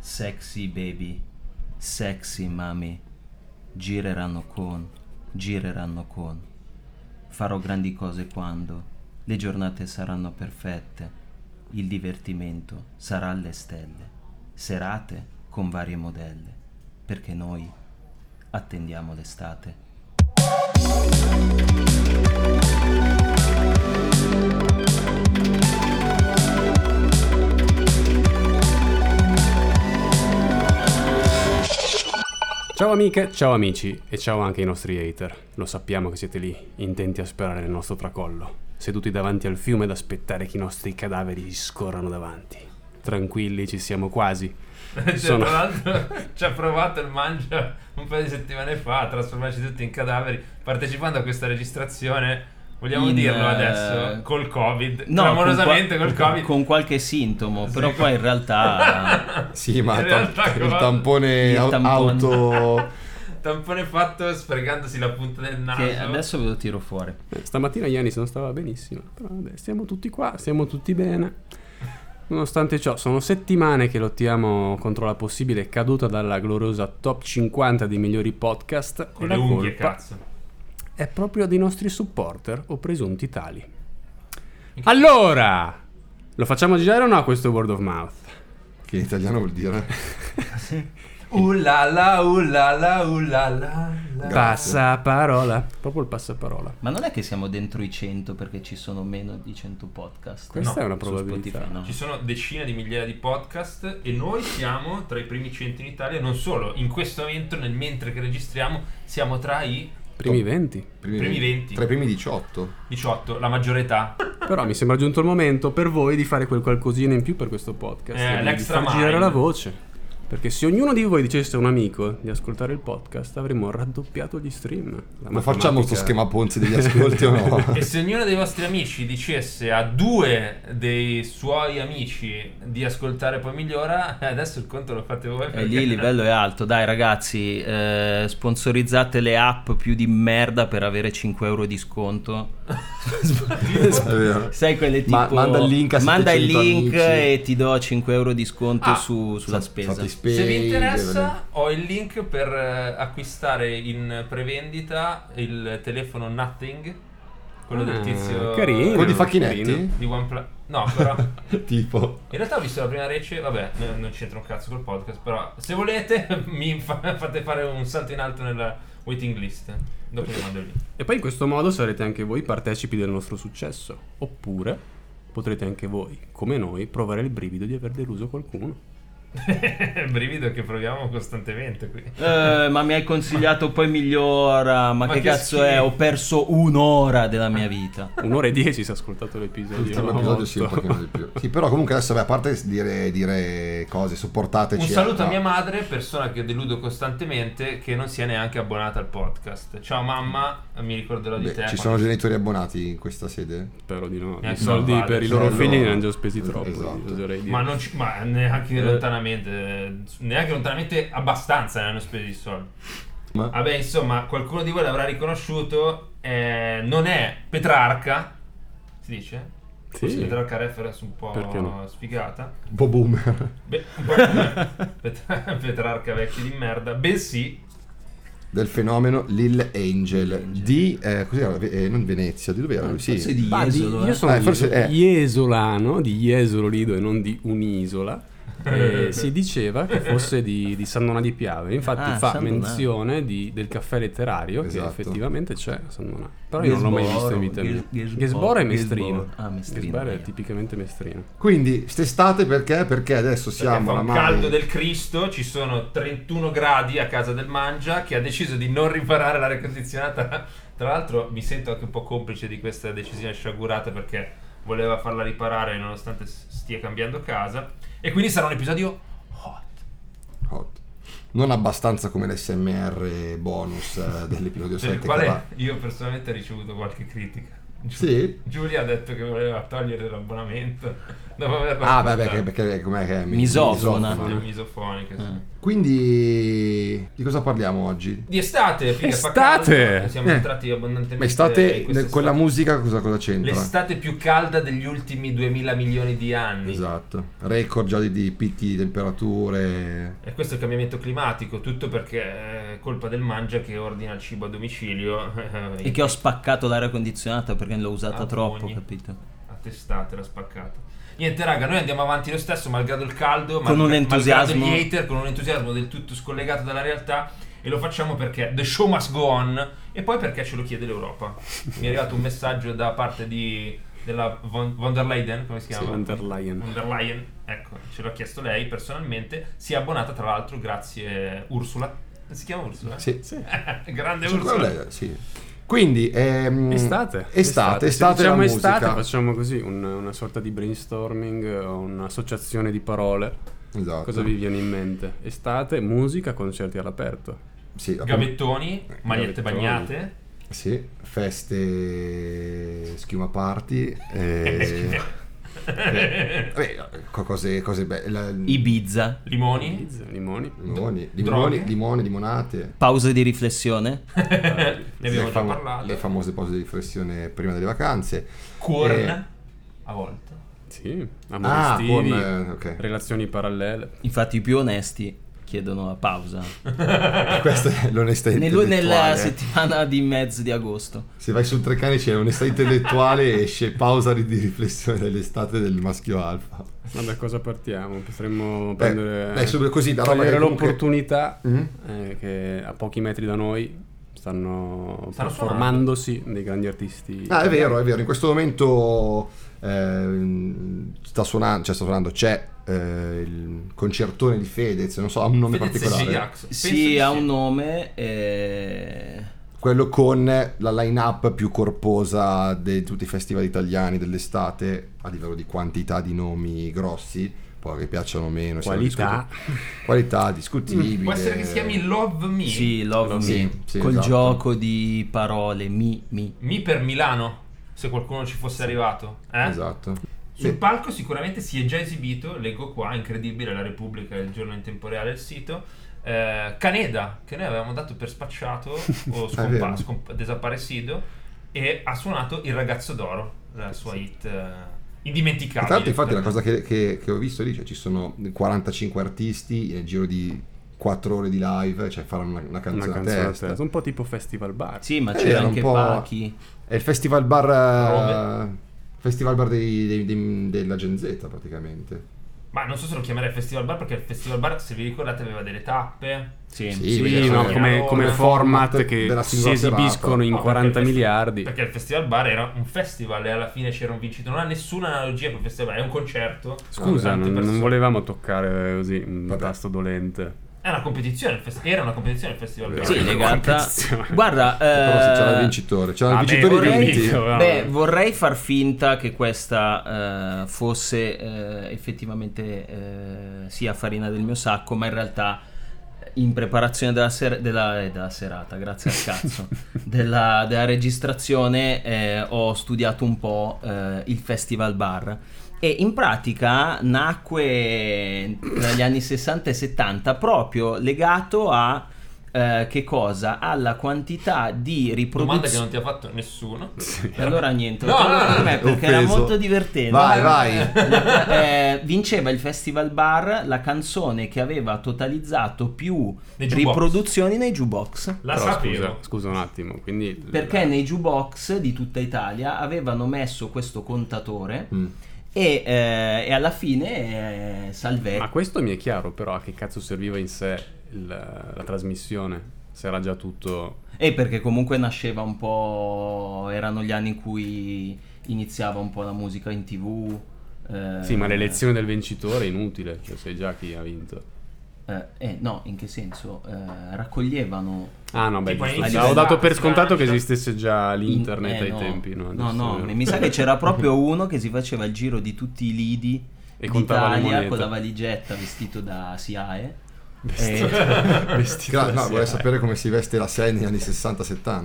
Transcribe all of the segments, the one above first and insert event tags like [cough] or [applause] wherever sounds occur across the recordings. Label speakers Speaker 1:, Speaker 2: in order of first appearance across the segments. Speaker 1: Sexy baby, sexy mami, gireranno con, gireranno con. Farò grandi cose quando le giornate saranno perfette, il divertimento sarà alle stelle, serate con varie modelle, perché noi attendiamo l'estate.
Speaker 2: Ciao amiche, ciao amici e ciao anche ai nostri hater. Lo sappiamo che siete lì, intenti a sperare nel nostro tracollo, seduti davanti al fiume ad aspettare che i nostri cadaveri vi scorrano davanti. Tranquilli, ci siamo quasi.
Speaker 3: Cioè,
Speaker 2: Sono-
Speaker 3: Tra l'altro [laughs] ci ha provato il Mangia un paio di settimane fa a trasformarci tutti in cadaveri partecipando a questa registrazione. Vogliamo
Speaker 1: In,
Speaker 3: dirlo
Speaker 1: eh,
Speaker 3: adesso? Col Covid.
Speaker 1: No,
Speaker 3: Clamorosamente
Speaker 1: con,
Speaker 3: col
Speaker 1: qua-
Speaker 3: Covid.
Speaker 1: con qualche sintomo, però poi in
Speaker 3: [laughs]
Speaker 1: realtà
Speaker 4: Sì, ma
Speaker 3: In
Speaker 4: tam-
Speaker 3: realtà
Speaker 4: il
Speaker 3: cosa?
Speaker 4: tampone
Speaker 1: Il
Speaker 4: au-
Speaker 1: tampone.
Speaker 4: auto...
Speaker 3: Tampone fatto sfregandosi la punta del naso.
Speaker 1: che adesso ve lo tiro fuori.
Speaker 2: Eh, Stamattina Ianis non stava benissimo, però vabbè, siamo tutti qua, siamo tutti bene. Nonostante ciò, sono settimane che lottiamo contro la possibile caduta dalla gloriosa top 50 dei migliori podcast
Speaker 3: Con
Speaker 2: e
Speaker 3: le
Speaker 2: la
Speaker 3: unghie,
Speaker 2: colpa
Speaker 3: cazzo.
Speaker 2: è proprio dei nostri supporter o presunti tali. Allora, lo facciamo girare o no questo word of mouth?
Speaker 4: Che in italiano vuol dire...
Speaker 3: Uh la la, uh la la, uh la la, la.
Speaker 2: Passaparola. Proprio il passaparola.
Speaker 1: Ma non è che siamo dentro i 100 perché ci sono meno di 100 podcast.
Speaker 2: Questa
Speaker 1: No,
Speaker 2: è una
Speaker 1: su
Speaker 2: probabilità.
Speaker 1: Spotify, no.
Speaker 3: Ci sono decine di migliaia di podcast e noi siamo tra i primi 100 in Italia, non solo, in questo momento, nel mentre che registriamo, siamo tra i
Speaker 2: Primi 20.
Speaker 3: Primi 20.
Speaker 4: Tra i primi 18.
Speaker 3: 18, la maggiore età.
Speaker 2: Però mi sembra giunto il momento per voi di fare quel qualcosina in più per questo podcast.
Speaker 3: Eh,
Speaker 2: e di
Speaker 3: l'extra
Speaker 2: far girare
Speaker 3: mile.
Speaker 2: la voce. Perché se ognuno di voi dicesse a un amico di ascoltare il podcast, avremmo raddoppiato gli stream. La
Speaker 4: Ma facciamo
Speaker 2: matematica-
Speaker 4: sto schema Ponzi degli ascolti o [laughs] no?
Speaker 3: E se ognuno dei vostri amici dicesse a due dei suoi amici di ascoltare poi migliora, [laughs] eh, adesso il conto lo fate voi.
Speaker 1: E
Speaker 3: perché-
Speaker 1: Eh, lì il livello è alto, dai ragazzi, eh, sponsorizzate le app più di merda per avere 5 euro di
Speaker 3: [laughs]
Speaker 1: sconto.
Speaker 4: È vero.
Speaker 1: Sai quelle tipo...
Speaker 4: Ma- manda il link a
Speaker 1: manda il
Speaker 4: 700
Speaker 1: link
Speaker 4: amici.
Speaker 1: e ti do 5 euro di sconto
Speaker 3: Ah,
Speaker 1: su- sulla spesa.
Speaker 4: Fatti
Speaker 3: [laughs]
Speaker 4: spendere,
Speaker 3: Se vi interessa, ho il link per eh, acquistare in prevendita il telefono Nothing, quello del
Speaker 2: Ah,
Speaker 3: tizio
Speaker 2: carino.
Speaker 4: Quello
Speaker 2: Carino.
Speaker 4: di Facchinetti?
Speaker 3: di OnePlus. No, però in
Speaker 4: Tipo...
Speaker 3: realtà ho visto la prima rece, vabbè, no- non c'entra un cazzo col podcast, però se volete [laughs] mi fa- fate fare un salto in alto nella waiting list. Dopo vi mando il link.
Speaker 2: E poi in questo modo sarete anche voi partecipi del nostro successo. Oppure potrete anche voi, come noi, provare il brivido di aver deluso qualcuno.
Speaker 3: [laughs] Brivido che proviamo costantemente qui.
Speaker 1: Eh, ma mi hai consigliato poi migliora, ma,
Speaker 3: Ma
Speaker 1: che,
Speaker 3: che
Speaker 1: cazzo
Speaker 3: schifo.
Speaker 1: è? Ho perso un'ora della mia vita.
Speaker 3: [laughs]
Speaker 2: Un'ora e dieci si è ascoltato l'episodio.
Speaker 4: L'ultimo
Speaker 2: no?
Speaker 4: episodio sì, un
Speaker 2: Otto.
Speaker 4: pochino di più. Sì, però comunque adesso, beh, a parte dire, dire cose, supportateci.
Speaker 3: Un saluto a
Speaker 4: no.
Speaker 3: mia madre, persona che deludo costantemente, che non si è neanche abbonata al podcast. Ciao mamma, mi ricorderò di
Speaker 4: Beh,
Speaker 3: te. eh.
Speaker 4: ci sono genitori abbonati in questa sede?
Speaker 2: Spero di no. I
Speaker 3: Neanche
Speaker 2: soldi
Speaker 3: mio padre,
Speaker 2: per i
Speaker 3: cioè,
Speaker 2: loro
Speaker 4: no.
Speaker 2: figli ne hanno già spesi troppo.
Speaker 4: Esatto.
Speaker 2: oserei dire.
Speaker 3: ma, non ci- ma neanche
Speaker 2: Eh.
Speaker 3: lontanamente, eh, neanche lontanamente abbastanza ne hanno spesi i soldi.
Speaker 4: Ma-
Speaker 3: Vabbè, insomma, qualcuno di voi l'avrà riconosciuto, eh, non è Petrarca, si dice?
Speaker 2: Sì.
Speaker 3: Forse Petrarca reference un po'
Speaker 2: Perché no?
Speaker 3: sfigata.
Speaker 4: Bo Boh, Boomer.
Speaker 3: Beh, un po'
Speaker 4: [laughs]
Speaker 3: come Pet- Petrarca vecchio di merda, bensì
Speaker 4: Del fenomeno Lil Angel di... Eh, cos'era? Ve- eh, non Venezia, di dove era lui? Sì.
Speaker 1: Forse di
Speaker 2: Ah, di-
Speaker 1: Jesolo, eh.
Speaker 2: io sono
Speaker 4: Eh, forse-
Speaker 2: ieso-
Speaker 4: eh.
Speaker 2: iesolano, di Jesolo Lido e non di un'isola.
Speaker 1: [laughs]
Speaker 2: Eh, si diceva che fosse di, di San Donà di Piave, infatti
Speaker 1: Ah,
Speaker 2: fa
Speaker 1: San Donà.
Speaker 2: menzione di- del caffè letterario
Speaker 4: Esatto.
Speaker 2: che effettivamente c'è a San Donà. Però io non l'ho mai visto in vita mia.
Speaker 1: Ges- Gesboro.
Speaker 2: Gesboro è mestrino.
Speaker 1: Gesboro. Ah, mestrino,
Speaker 2: Gesboro è
Speaker 1: via.
Speaker 2: tipicamente mestrino.
Speaker 4: Quindi, st'estate perché? Perché adesso
Speaker 3: Perché
Speaker 4: siamo
Speaker 3: fa un
Speaker 4: oramai-
Speaker 3: caldo del Cristo, ci sono 31 gradi a casa del Mangia che ha deciso di non riparare l'aria condizionata. Tra l'altro mi sento anche un po' complice di questa decisione sciagurata perché voleva farla riparare nonostante s- stia cambiando casa. E quindi sarà un episodio hot.
Speaker 4: Hot. Non abbastanza come l'SMR bonus eh, dell'episodio [laughs]
Speaker 3: Per il
Speaker 4: 7
Speaker 3: quale
Speaker 4: che va-
Speaker 3: io personalmente ho ricevuto qualche critica.
Speaker 4: Sì.
Speaker 3: Giulia ha detto che voleva togliere l'abbonamento [laughs] dopo aver
Speaker 4: Ah,
Speaker 3: raccontato-
Speaker 4: vabbè, perché, perché com'è che Eh. è? Mi-
Speaker 1: Misofona.
Speaker 3: È
Speaker 4: misofona.
Speaker 3: misofonica, sì.
Speaker 4: Quindi, di cosa parliamo oggi?
Speaker 3: Di estate, figa, fa
Speaker 2: Estate!
Speaker 3: caldo, Siamo
Speaker 4: Eh.
Speaker 3: entrati abbondantemente.
Speaker 4: Ma estate,
Speaker 3: in questa
Speaker 4: nel- quella
Speaker 3: estate.
Speaker 4: musica cosa, cosa c'entra?
Speaker 3: L'estate più calda degli ultimi 2000 milioni di anni.
Speaker 4: Esatto, record già di, di picchi di temperature.
Speaker 3: E questo è il cambiamento climatico, tutto perché è colpa del mangia che ordina il cibo a domicilio. [laughs]
Speaker 1: E che ho spaccato l'aria condizionata perché l'ho usata
Speaker 3: Ah,
Speaker 1: troppo,
Speaker 3: ogni-
Speaker 1: capito?
Speaker 3: A testate, l'ha spaccata. Niente, raga, noi andiamo avanti lo stesso, malgrado il caldo,
Speaker 1: Con
Speaker 3: mal-
Speaker 1: un entusiasmo.
Speaker 3: malgrado gli hater, con un entusiasmo del tutto scollegato dalla realtà. E lo facciamo perché The Show Must Go On e poi perché ce lo chiede l'Europa. Mi è arrivato un messaggio da parte di, della von, von der Leyen, come si chiama?
Speaker 2: Von der Leyen.
Speaker 3: Von der Leyen, ecco, ce l'ha chiesto lei personalmente. Si è abbonata, tra l'altro, grazie Ursula. Si chiama Ursula?
Speaker 4: Sì.
Speaker 3: [laughs] Grande
Speaker 4: Sì,
Speaker 3: Ursula.
Speaker 4: quello è- sì. Quindi, ehm,
Speaker 2: Estate.
Speaker 4: Estate, estate
Speaker 2: Se diciamo
Speaker 4: la
Speaker 2: estate,
Speaker 4: musica.
Speaker 2: facciamo così un- una sorta di brainstorming, eh, un'associazione di parole.
Speaker 4: Esatto.
Speaker 2: Cosa vi viene in mente? Estate, musica, concerti all'aperto.
Speaker 4: Sì, la-
Speaker 3: Gavettoni, magliette
Speaker 2: Gavettoni.
Speaker 3: bagnate.
Speaker 4: sì, feste, schiuma party.
Speaker 3: Eh,
Speaker 4: [laughs] eh,
Speaker 3: Eh.
Speaker 4: vabbè, co- cose, cose belle.
Speaker 1: Ibiza,
Speaker 3: Limoni.
Speaker 2: Limoni.
Speaker 3: [laughs] Droghe.
Speaker 4: Limoni, limoni, limoni, limonate.
Speaker 1: pause di riflessione.
Speaker 3: ne abbiamo
Speaker 4: le,
Speaker 3: già
Speaker 4: famo-
Speaker 3: parlato.
Speaker 4: le famose pause di riflessione prima delle vacanze.
Speaker 3: Corn.
Speaker 4: Eh.
Speaker 3: A volte.
Speaker 2: Sì, amori
Speaker 4: Ah,
Speaker 2: estivi,
Speaker 4: con, eh, ok.
Speaker 2: relazioni parallele.
Speaker 1: Infatti i più onesti chiedono la pausa.
Speaker 4: Questa
Speaker 1: [laughs]
Speaker 4: è l'onestà
Speaker 1: Nel- nella
Speaker 4: intellettuale. eh.
Speaker 1: settimana di mezzo di agosto.
Speaker 4: Se vai sul Treccani c'è onestà intellettuale [laughs] e esce pausa di di riflessione dell'estate del maschio alfa.
Speaker 2: Ma da cosa partiamo? Potremmo
Speaker 4: Beh,
Speaker 2: prendere
Speaker 4: dai, subito così, da roba
Speaker 2: cogliere
Speaker 4: che comunque-
Speaker 2: l'opportunità
Speaker 4: Mm?
Speaker 2: eh, che a pochi metri da noi stanno,
Speaker 3: Stanno
Speaker 2: formandosi dei grandi artisti.
Speaker 4: Ah, è vero, è vero. In questo momento ehm, sta suonando, cioè, sta suonando c'è eh, il concertone di Fedez, non so, ha un nome
Speaker 3: Fedez e
Speaker 4: particolare.
Speaker 3: Ziglax. Penso
Speaker 1: Sì,
Speaker 3: di
Speaker 1: ha un nome eh, e...
Speaker 4: Quello con la line-up più corposa di tutti i festival italiani dell'estate, a livello di quantità di nomi grossi, poi che piacciono o meno. siamo
Speaker 2: Qualità.
Speaker 4: discuti- Qualità, discutibile.
Speaker 3: Mm, Può essere che si chiami Love Me.
Speaker 1: Sì, Love
Speaker 4: Sì,
Speaker 1: Me.
Speaker 4: sì,
Speaker 1: Col
Speaker 4: esatto.
Speaker 1: gioco di parole, mi, mi.
Speaker 3: Mi per Milano. Se qualcuno ci fosse arrivato. Eh?
Speaker 4: Esatto.
Speaker 3: Sul
Speaker 4: Sì.
Speaker 3: palco sicuramente si è già esibito, leggo qua, incredibile, la Repubblica, il giorno in tempo reale, il sito, eh, Caneda, che noi avevamo dato per
Speaker 4: [laughs]
Speaker 3: spacciato o
Speaker 4: È vero.
Speaker 3: scompa- scomp- desaparecido, e ha suonato Il ragazzo d'oro, la sua hit eh, indimenticabile.
Speaker 4: Tra l'altro, infatti, la cosa che, che- che ho visto lì, cioè ci sono 45 artisti nel giro di 4 ore di live, cioè faranno una, una
Speaker 2: Una
Speaker 4: canzone a
Speaker 2: canzone a
Speaker 4: testa.
Speaker 2: testa, Un po' tipo festival bar.
Speaker 1: Sì, ma
Speaker 4: Eh,
Speaker 1: c'era
Speaker 4: era un
Speaker 1: anche
Speaker 4: po'-
Speaker 1: Pachi.
Speaker 4: È il festival bar. eh, Festival bar dei- dei- dei- della Gen Z praticamente.
Speaker 3: Ma non so se lo chiamerei Festival Bar, perché il Festival Bar, se vi ricordate, aveva delle tappe.
Speaker 1: Sì.
Speaker 4: Sì.
Speaker 2: Sì,
Speaker 4: perché
Speaker 2: no,
Speaker 4: sono-
Speaker 2: come,
Speaker 3: Allora,
Speaker 2: come
Speaker 3: il
Speaker 2: format
Speaker 4: format
Speaker 2: che
Speaker 4: della
Speaker 2: si
Speaker 4: singola serata.
Speaker 2: esibiscono in
Speaker 3: No, Oh, perché
Speaker 2: 40
Speaker 3: il festi-
Speaker 2: miliardi.
Speaker 3: Perché il Festival Bar era un festival e alla fine c'era un vincitore. Non ha nessuna analogia con il Festival Bar, è un concerto.
Speaker 2: Scusa, non,
Speaker 3: Tante
Speaker 2: non
Speaker 3: persone.
Speaker 2: volevamo toccare così un
Speaker 4: Vabbè.
Speaker 2: tasto dolente.
Speaker 3: È una competizione, il fest- era una competizione il Festival Bar.
Speaker 1: Sì,
Speaker 2: Una
Speaker 1: legata.
Speaker 2: competizione.
Speaker 1: [laughs] Guarda,
Speaker 4: Però se c'era
Speaker 1: eh,
Speaker 4: il vincitore, c'era il
Speaker 2: Ah, beh,
Speaker 4: vincitore
Speaker 2: vorrei-
Speaker 4: di vinti.
Speaker 2: Capito, no?
Speaker 1: Beh, vorrei far finta che questa eh, fosse eh, effettivamente eh, sia farina del mio sacco, ma in realtà eh, in preparazione della, ser- della- eh, della serata, grazie al
Speaker 3: [laughs]
Speaker 2: [laughs]
Speaker 1: cazzo, della, della registrazione eh, ho studiato un po' eh, il Festival Bar. E in pratica nacque tra gli anni 60 e 70 proprio legato a eh, che cosa? Alla quantità di
Speaker 3: Domanda che
Speaker 1: riproduzione.
Speaker 3: non ti ha fatto nessuno.
Speaker 1: E allora niente,
Speaker 3: No,
Speaker 1: lo trovo
Speaker 3: no, no,
Speaker 1: per me perché era
Speaker 4: Offeso.
Speaker 1: molto divertente.
Speaker 3: [laughs]
Speaker 4: Vai, vai.
Speaker 1: La- [laughs] eh, vinceva il Festival Bar la canzone che aveva totalizzato più
Speaker 3: Nei jukebox.
Speaker 1: riproduzioni nei jukebox.
Speaker 3: La
Speaker 2: Però
Speaker 3: sapevo.
Speaker 2: scusa, scusa un attimo, quindi...
Speaker 1: Perché nei jukebox di tutta Italia avevano messo questo contatore
Speaker 4: Mm.
Speaker 1: e, eh, e alla fine eh,
Speaker 2: Ma
Speaker 1: salvetti.
Speaker 2: questo mi è chiaro, però a che cazzo serviva in sé il- la trasmissione? Se era già tutto...
Speaker 1: E Eh, perché comunque nasceva un po'. erano gli anni in cui iniziava un po' la musica in tv. eh,
Speaker 2: Sì, ma l'elezione del vincitore è inutile, cioè sai già chi ha vinto.
Speaker 1: Eh, eh, no, in che senso? Eh, raccoglievano.
Speaker 2: Ah no, beh,
Speaker 3: Tipo
Speaker 2: giusto.
Speaker 3: all'inizio
Speaker 2: avevo
Speaker 3: della-
Speaker 2: dato per
Speaker 3: si
Speaker 2: scontato che
Speaker 3: lancia.
Speaker 2: esistesse già l'internet
Speaker 1: in- eh,
Speaker 2: ai
Speaker 1: no.
Speaker 2: tempi. No,
Speaker 1: no,
Speaker 2: Adesso è
Speaker 1: no,
Speaker 2: vero.
Speaker 1: mi sa che c'era proprio uno che si faceva il giro di tutti i lidi
Speaker 2: [laughs] E contava le
Speaker 1: d'Italia
Speaker 2: monete.
Speaker 1: con la valigetta vestito da SIAE. [laughs]
Speaker 2: Vestito-
Speaker 1: E-
Speaker 2: Vestito
Speaker 1: Eh.
Speaker 2: [laughs] da
Speaker 4: Gra-
Speaker 2: eh.
Speaker 4: no,
Speaker 2: SIAE.
Speaker 4: vorrei sapere come si veste la SEA negli anni 60-70.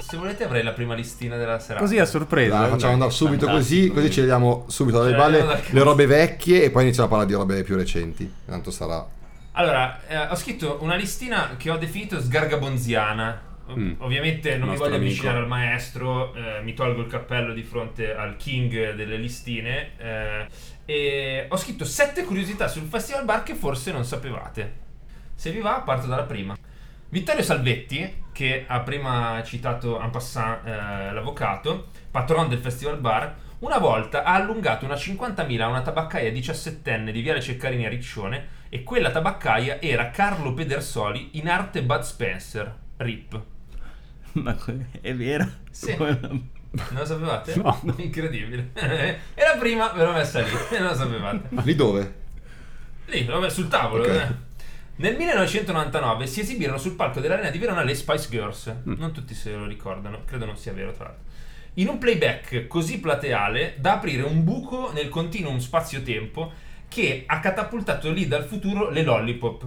Speaker 3: se volete avrei la prima listina della serata.
Speaker 2: Così a sorpresa. eh,
Speaker 4: La facciamo andare subito così, così ci vediamo subito dalle
Speaker 3: Ce la
Speaker 4: balle
Speaker 3: vediamo da-
Speaker 4: le robe vecchie e poi iniziamo a parlare di robe più recenti. Tanto sarà
Speaker 3: Allora, eh, ho scritto una listina che ho definito sgargabonziana. Ov-
Speaker 2: Mm.
Speaker 3: Ovviamente non mi
Speaker 2: Nostro
Speaker 3: voglio
Speaker 2: amico.
Speaker 3: avvicinare al maestro, eh, mi tolgo il cappello di fronte al king delle listine. eh, e ho scritto sette curiosità sul Festival Bar che forse non sapevate. Se vi va, parto dalla prima. Vittorio Salvetti, che ha prima citato en passant eh, l'avvocato, patron del Festival Bar, una volta ha allungato una 50.000 a una tabaccaia 17enne di Viale Ceccarini a Riccione e quella tabaccaia era Carlo Pedersoli in arte Bud Spencer. Rip.
Speaker 1: Ma que- è vero?
Speaker 2: [laughs]
Speaker 3: Sì.
Speaker 1: Come-
Speaker 3: Non lo sapevate?
Speaker 2: No.
Speaker 3: [laughs] Incredibile. e la prima ve l'ho messa lì, [laughs] e non lo sapevate.
Speaker 4: lì dove?
Speaker 3: Lì, l'ho messo sul tavolo.
Speaker 4: Ok.
Speaker 3: eh. Nel 1999 si esibirono sul palco dell'Arena di Verona le Spice Girls. Non tutti se lo ricordano, credo non sia vero, tra l'altro. In un playback così plateale da aprire un buco nel continuum spazio-tempo che ha catapultato lì dal futuro le lollipop.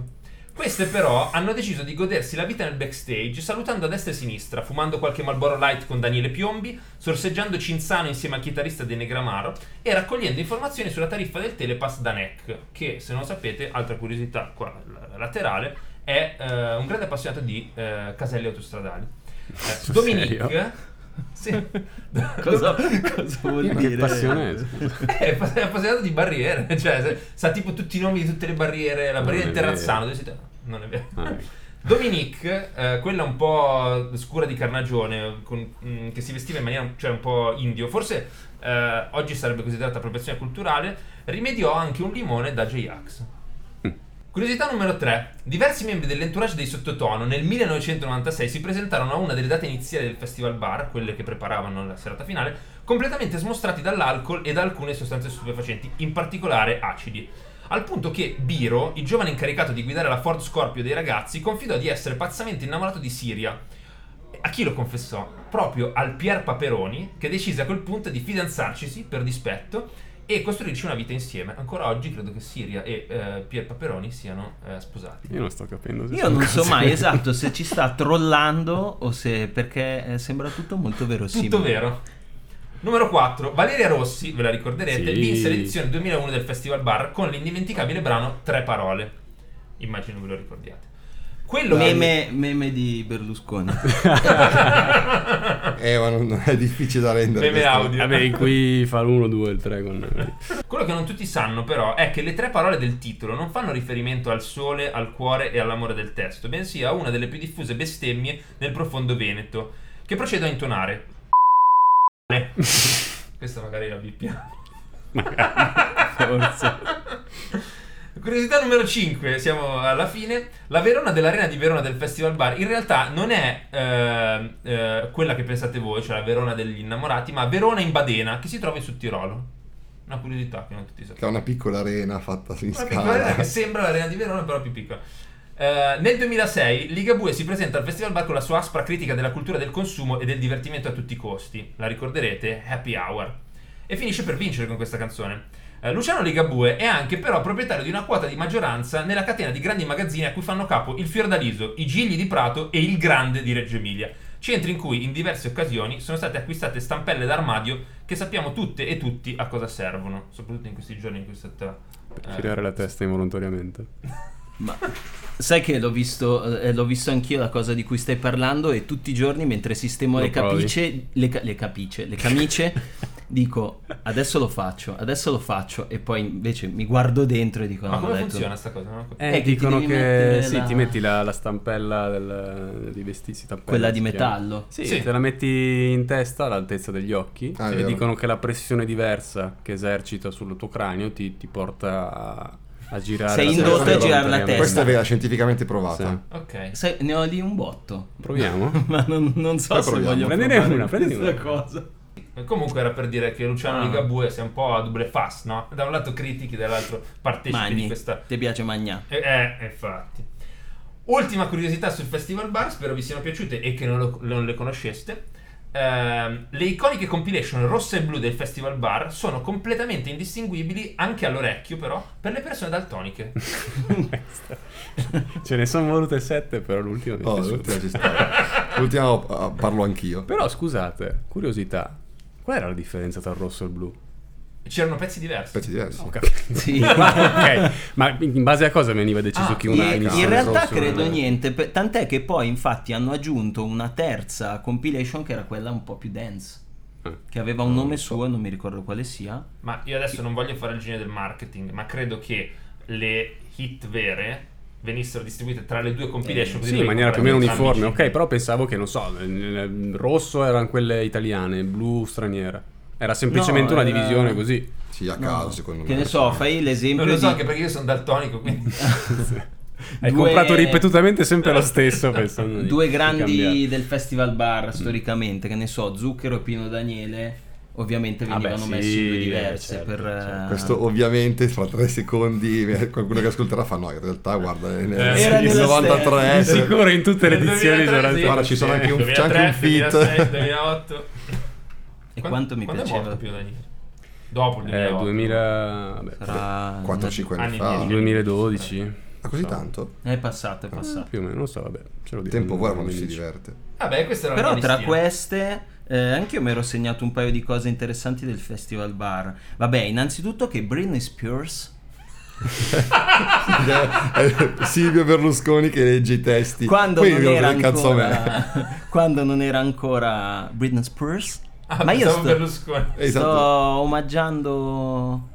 Speaker 3: Queste però hanno deciso di godersi la vita nel backstage salutando a destra e a sinistra, fumando qualche Marlboro Light con Daniele Piombi, sorseggiando Cinzano insieme al chitarrista De Negramaro e raccogliendo informazioni sulla tariffa del Telepass da NEC, che se non sapete, altra curiosità qua la- laterale, è eh, un grande appassionato di eh, caselle autostradali. Eh,
Speaker 2: Sul
Speaker 3: Dominique...
Speaker 2: serio?
Speaker 3: Sì.
Speaker 1: Cosa, [laughs] cosa vuol
Speaker 2: Ma che
Speaker 1: dire?
Speaker 2: passione è, scusa?
Speaker 3: Eh, È pas- è appassionato di barriere, [laughs] cioè se- sa tipo tutti i nomi di tutte le barriere, la
Speaker 2: Non
Speaker 3: barriera di
Speaker 2: è vero.
Speaker 3: Terrazzano, dove siete? Non è vero.
Speaker 2: Ah, ecco.
Speaker 3: Dominique, eh, quella un po' scura di carnagione, con- mm, che si vestiva in maniera cioè, un po' indio, forse eh, oggi sarebbe considerata appropriazione culturale, rimediò anche un limone da J-Ax. Curiosità numero 3. Diversi membri dell'entourage dei Sottotono nel 1996 si presentarono a una delle date iniziali del Festival Bar, quelle che preparavano la serata finale, completamente smostrati dall'alcol e da alcune sostanze stupefacenti, in particolare acidi. Al punto che Biro, il giovane incaricato di guidare la Ford Scorpio dei ragazzi, confidò di essere pazzamente innamorato di Siria. A chi lo confessò? Proprio al Pier Paperoni, che decise a quel punto di fidanzarcisi per dispetto e costruirci una vita insieme. Ancora oggi credo che Siria e eh, Pier Paperoni siano eh, sposati.
Speaker 2: Io non sto capendo. se
Speaker 1: Io
Speaker 2: sono
Speaker 1: non so
Speaker 2: cose-
Speaker 1: mai esatto se ci sta trollando o se perché eh, sembra tutto molto verosimile.
Speaker 3: Tutto vero. Numero 4. Valeria Rossi, ve la ricorderete,
Speaker 2: Sì.
Speaker 3: vinse l'edizione 2001 del Festival Bar con l'indimenticabile brano Tre parole. Immagino ve lo ricordiate. Quello che-
Speaker 1: Meme, meme di Berlusconi.
Speaker 4: Eh, ma non, non è difficile da rendere.
Speaker 3: Meme
Speaker 4: questo.
Speaker 3: audio.
Speaker 2: [laughs] Vabbè, qui fa l'1, 2, il 3
Speaker 1: [laughs]
Speaker 2: con...
Speaker 3: [laughs] Quello che non tutti sanno però è che le tre parole del titolo non fanno riferimento al sole, al cuore e all'amore del testo, bensì a una delle più diffuse bestemmie nel profondo Veneto, che procedo a intonare.
Speaker 1: Eh.
Speaker 3: Questa magari la bippiamo. [laughs]
Speaker 2: Forza.
Speaker 3: Curiosità numero 5, siamo alla fine. La Verona dell'Arena di Verona del Festival Bar in realtà non è ehm, eh, quella che pensate voi, cioè la Verona degli innamorati, ma Verona in Badena, che si trova in Sudtirolo. Una curiosità che non tutti sapevano.
Speaker 4: Che è una piccola arena fatta in
Speaker 3: Una piccola arena
Speaker 4: scala.
Speaker 3: che eh, sembra l'arena di Verona, però più piccola. Eh, nel 2006 Ligabue si presenta al Festival Bar con la sua aspra critica della cultura del consumo e del divertimento a tutti i costi. La ricorderete, Happy Hour. E finisce per vincere con questa canzone. Eh, Luciano Ligabue è anche però proprietario di una quota di maggioranza nella catena di grandi magazzini a cui fanno capo il Fiordaliso, i Gigli di Prato e il Grande di Reggio Emilia. Centri in cui in diverse occasioni sono state acquistate stampelle d'armadio che sappiamo tutte e tutti a cosa servono, soprattutto in questi giorni in cui è stata eh,
Speaker 2: Girare la testa involontariamente.
Speaker 1: Ma sai che l'ho visto, eh, l'ho visto anch'io la cosa di cui stai parlando e tutti i giorni mentre sistemo
Speaker 2: Lo
Speaker 1: le
Speaker 2: provi?
Speaker 1: capice, le, ca- le capice, le
Speaker 2: [laughs]
Speaker 1: camicie, dico adesso lo faccio, adesso lo faccio e poi invece mi guardo dentro e dico
Speaker 3: Ma
Speaker 1: no, ho
Speaker 3: come
Speaker 1: detto-
Speaker 3: funziona sta cosa? Non ho capito.
Speaker 1: Eh, che ti
Speaker 2: dicono
Speaker 1: devi
Speaker 2: che
Speaker 1: mettere
Speaker 2: sì,
Speaker 1: la-
Speaker 2: ti metti la, la stampella del, di vestiti stampella,
Speaker 1: Quella di
Speaker 2: si chiama.
Speaker 1: metallo?
Speaker 2: Sì,
Speaker 3: Sì.
Speaker 2: te la metti in testa all'altezza degli occhi
Speaker 4: Ah, è
Speaker 2: e
Speaker 4: vero.
Speaker 2: dicono che la pressione diversa che esercita sul tuo cranio ti, ti porta a, a girare
Speaker 1: Sei
Speaker 2: la testa
Speaker 4: indotto a
Speaker 1: girare la
Speaker 2: volontariamente.
Speaker 1: testa.
Speaker 4: Questa è vera, scientificamente provata.
Speaker 3: Ok.
Speaker 1: Sai, ne ho lì un botto, [laughs]
Speaker 2: Proviamo.
Speaker 1: ma non, non so
Speaker 4: Poi
Speaker 1: se
Speaker 4: proviamo.
Speaker 1: voglio
Speaker 2: Prendine
Speaker 1: provare
Speaker 2: una, prendine
Speaker 1: questa
Speaker 2: una.
Speaker 1: cosa.
Speaker 3: Comunque era per dire che Luciano
Speaker 1: Ah.
Speaker 3: Ligabue sia un po' a double fast, no? Da un lato critichi, dall'altro partecipi di
Speaker 1: Magni,
Speaker 3: questa
Speaker 1: ti piace
Speaker 3: [laughs]
Speaker 1: Magna?
Speaker 3: Eh, eh, infatti. Ultima curiosità sul Festival Bar, spero vi siano piaciute e che non, lo- non le conosceste. Ehm, le iconiche compilation rosse e blu del Festival Bar sono completamente indistinguibili, anche all'orecchio però, per le persone
Speaker 1: [laughs]
Speaker 3: daltoniche.
Speaker 2: [laughs] Ce ne sono volute sette, però l'ultima mi è
Speaker 4: Oh,
Speaker 2: piaciuta.
Speaker 4: l'ultima ci sta. L'ultima ah, parlo anch'io.
Speaker 2: Però scusate, curiosità, qual era la differenza tra il rosso e il blu?
Speaker 3: C'erano pezzi diversi.
Speaker 4: Pezzi diversi.
Speaker 2: Ho capito.
Speaker 1: Sì.
Speaker 2: [laughs] Ma, ok, ma in base a cosa veniva deciso
Speaker 3: Ah,
Speaker 2: che una
Speaker 1: in,
Speaker 2: iniziale
Speaker 1: in realtà
Speaker 2: rosso e una
Speaker 1: credo
Speaker 2: nera?
Speaker 1: niente, pe- tant'è che poi infatti hanno aggiunto una terza compilation che era quella un po' più dense,
Speaker 2: Eh.
Speaker 1: che aveva un nome suo, non mi ricordo quale sia.
Speaker 3: Ma io adesso non voglio fare il genio del marketing, ma credo che le hit vere venissero distribuite tra le due compilation. così
Speaker 2: Eh, Sì, in
Speaker 3: dovevi
Speaker 2: maniera più o meno
Speaker 3: comprare
Speaker 2: uniforme,
Speaker 3: entrambi i
Speaker 2: ok,
Speaker 3: CD.
Speaker 2: però pensavo che, non so, il- il rosso erano quelle italiane, blu straniera. Era semplicemente
Speaker 1: No, eh,
Speaker 2: una
Speaker 1: era-
Speaker 2: divisione così.
Speaker 4: Sì, a
Speaker 1: No,
Speaker 4: caso, secondo me.
Speaker 1: Che ne so, fai l'esempio
Speaker 3: Non lo so,
Speaker 1: di-
Speaker 3: anche perché io sono daltonico, quindi...
Speaker 2: [laughs] Hai
Speaker 1: Due-
Speaker 2: comprato ripetutamente sempre lo stesso, pensando di-
Speaker 1: due
Speaker 2: di cambiare.
Speaker 1: grandi del festival bar storicamente, che ne so, Zucchero e Pino Daniele, ovviamente
Speaker 2: Ah, beh,
Speaker 1: venivano
Speaker 2: sì,
Speaker 1: messi in due
Speaker 2: eh,
Speaker 1: diverse
Speaker 2: certo,
Speaker 1: per
Speaker 2: certo.
Speaker 1: eh,
Speaker 4: Questo ovviamente fra tre secondi eh, qualcuno che ascolterà fa no, in realtà guarda nel,
Speaker 3: Eh,
Speaker 1: era
Speaker 4: il eh."
Speaker 1: nella
Speaker 4: 93
Speaker 2: Di sicuro in tutte le
Speaker 3: Nel
Speaker 2: edizioni
Speaker 3: 2003,
Speaker 2: sarà
Speaker 3: sì.
Speaker 4: Guarda, ci sono anche un- c'è anche
Speaker 3: 2003,
Speaker 4: un feat.
Speaker 3: 2006, 2008.
Speaker 1: e quanto mi
Speaker 3: quando è
Speaker 1: piaceva
Speaker 3: morto Pino Daniele? Dopo il
Speaker 2: Eh,
Speaker 3: 2008.
Speaker 2: 2000... vabbè,
Speaker 1: sarà
Speaker 4: 4-5 anni
Speaker 3: Anni
Speaker 4: fa.
Speaker 3: dieci.
Speaker 2: 2012.
Speaker 4: Ma così tanto?
Speaker 1: è passato, è
Speaker 2: Eh,
Speaker 1: passato.
Speaker 2: Più o meno, non so, vabbè. Ce lo
Speaker 4: Il
Speaker 2: dico,
Speaker 4: tempo vola quando
Speaker 2: mi
Speaker 4: ci si
Speaker 2: dici.
Speaker 4: diverte. [laughs]
Speaker 3: Vabbè, questa era
Speaker 1: Però
Speaker 3: una
Speaker 1: tra
Speaker 3: listina.
Speaker 1: queste, eh, anche io mi ero segnato un paio di cose interessanti del Festival Bar. Vabbè, innanzitutto che Britney Spears,
Speaker 4: Eh, Silvio Berlusconi che legge i testi.
Speaker 1: quando
Speaker 4: Poi
Speaker 1: non
Speaker 4: io
Speaker 1: era
Speaker 4: il cazzo a me.
Speaker 1: ancora, [laughs] quando non era ancora Britney Spears,
Speaker 3: Ah,
Speaker 1: ma io
Speaker 3: pensavo
Speaker 1: sto,
Speaker 3: Berlusconi.
Speaker 1: sto
Speaker 4: Esatto.
Speaker 1: omaggiando,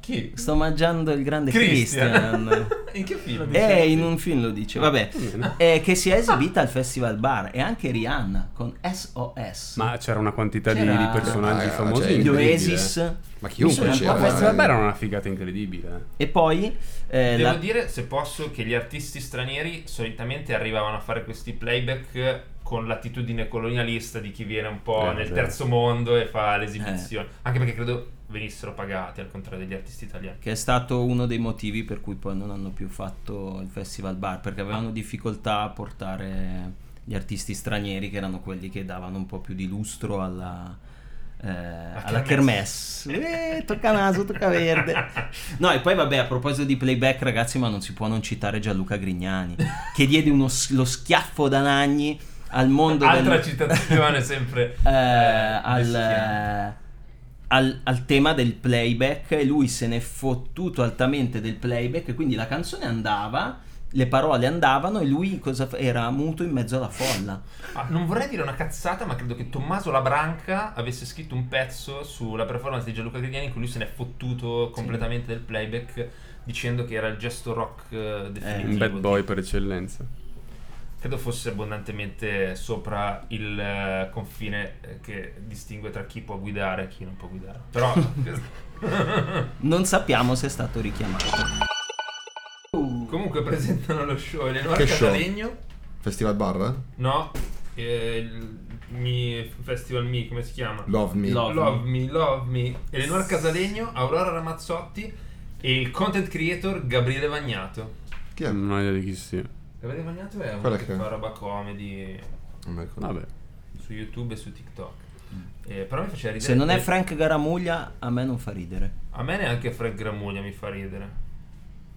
Speaker 3: Chi?
Speaker 1: sto omaggiando il grande
Speaker 3: Christian.
Speaker 1: Christian.
Speaker 3: [laughs] in che film?
Speaker 1: Eh, in un film lo dice, vabbè, Eh, che si è esibita al Festival Bar e anche Rihanna con SOS.
Speaker 2: Ma c'era una quantità di,
Speaker 1: C'era-
Speaker 2: di personaggi
Speaker 4: Ah,
Speaker 2: famosi.
Speaker 4: cioè,
Speaker 1: gli
Speaker 2: incredibile. Cioè,
Speaker 1: Oasis.
Speaker 4: Ma chiunque
Speaker 1: Mi sono un po'
Speaker 4: c'era, eh.
Speaker 2: Ma
Speaker 1: perso-
Speaker 2: questa era una figata incredibile.
Speaker 1: E poi eh,
Speaker 3: Devo
Speaker 1: la-
Speaker 3: dire, se posso, che gli artisti stranieri solitamente arrivavano a fare questi playback con l'attitudine colonialista di chi viene un po'
Speaker 2: Eh,
Speaker 3: nel
Speaker 2: vabbè.
Speaker 3: terzo mondo e fa l'esibizione.
Speaker 1: Eh.
Speaker 3: Anche perché credo venissero pagati, al contrario degli artisti italiani.
Speaker 1: che è stato uno dei motivi per cui poi non hanno più fatto il festival bar perché avevano difficoltà a portare gli artisti stranieri che erano quelli che davano un po' più di lustro alla, eh, alla
Speaker 3: kermesse.
Speaker 1: kermesse
Speaker 3: [laughs]
Speaker 1: Eh, tocca naso, tocca verde no e poi vabbè a proposito di playback ragazzi ma non si può non citare Gianluca Grignani che diede uno s- lo schiaffo da nagni al mondo
Speaker 3: Altra
Speaker 1: del... [laughs]
Speaker 3: citazione sempre
Speaker 1: eh,
Speaker 3: eh,
Speaker 1: al, eh,
Speaker 3: messiana.
Speaker 1: al- al tema del playback e lui se n'è fottuto altamente del playback e quindi la canzone andava, le parole andavano e lui cosa fa- era muto in mezzo alla folla.
Speaker 3: Ah, non vorrei dire una cazzata, ma credo che Tommaso Labranca avesse scritto un pezzo sulla performance di Gianluca Grignani in cui lui se n'è fottuto completamente del playback dicendo che era il gesto rock eh,
Speaker 2: eh.
Speaker 3: definitivo.
Speaker 2: Un bad boy per eccellenza.
Speaker 3: Credo fosse abbondantemente sopra il eh, confine eh, che distingue tra chi può guidare e chi non può guidare.
Speaker 4: [laughs]
Speaker 3: Però
Speaker 1: Non sappiamo se è stato richiamato.
Speaker 3: comunque presentano lo show Eleonora
Speaker 4: Che show?
Speaker 3: Catalegno.
Speaker 4: Festival Bar? eh?
Speaker 3: No, eh, il mi- Festival Me, come si chiama?
Speaker 4: Love Me.
Speaker 1: Love.
Speaker 3: Love Me, Love Me, Eleonora Casalegno, Aurora Ramazzotti e il content creator Gabriele Vagnato.
Speaker 4: Chi è?
Speaker 2: Non ho idea di chi sia.
Speaker 3: Gabriele Vagnato è uno
Speaker 4: Quella
Speaker 3: che
Speaker 4: che-
Speaker 3: fa roba comedy
Speaker 4: Non mi ricordo.
Speaker 2: Vabbè.
Speaker 3: su YouTube e su TikTok.
Speaker 4: Mm.
Speaker 3: Eh, però mi faceva ridere.
Speaker 1: Se non è
Speaker 3: che-
Speaker 1: Frank Garamuglia a me non fa ridere.
Speaker 3: A me neanche Frank Gramuglia mi fa ridere.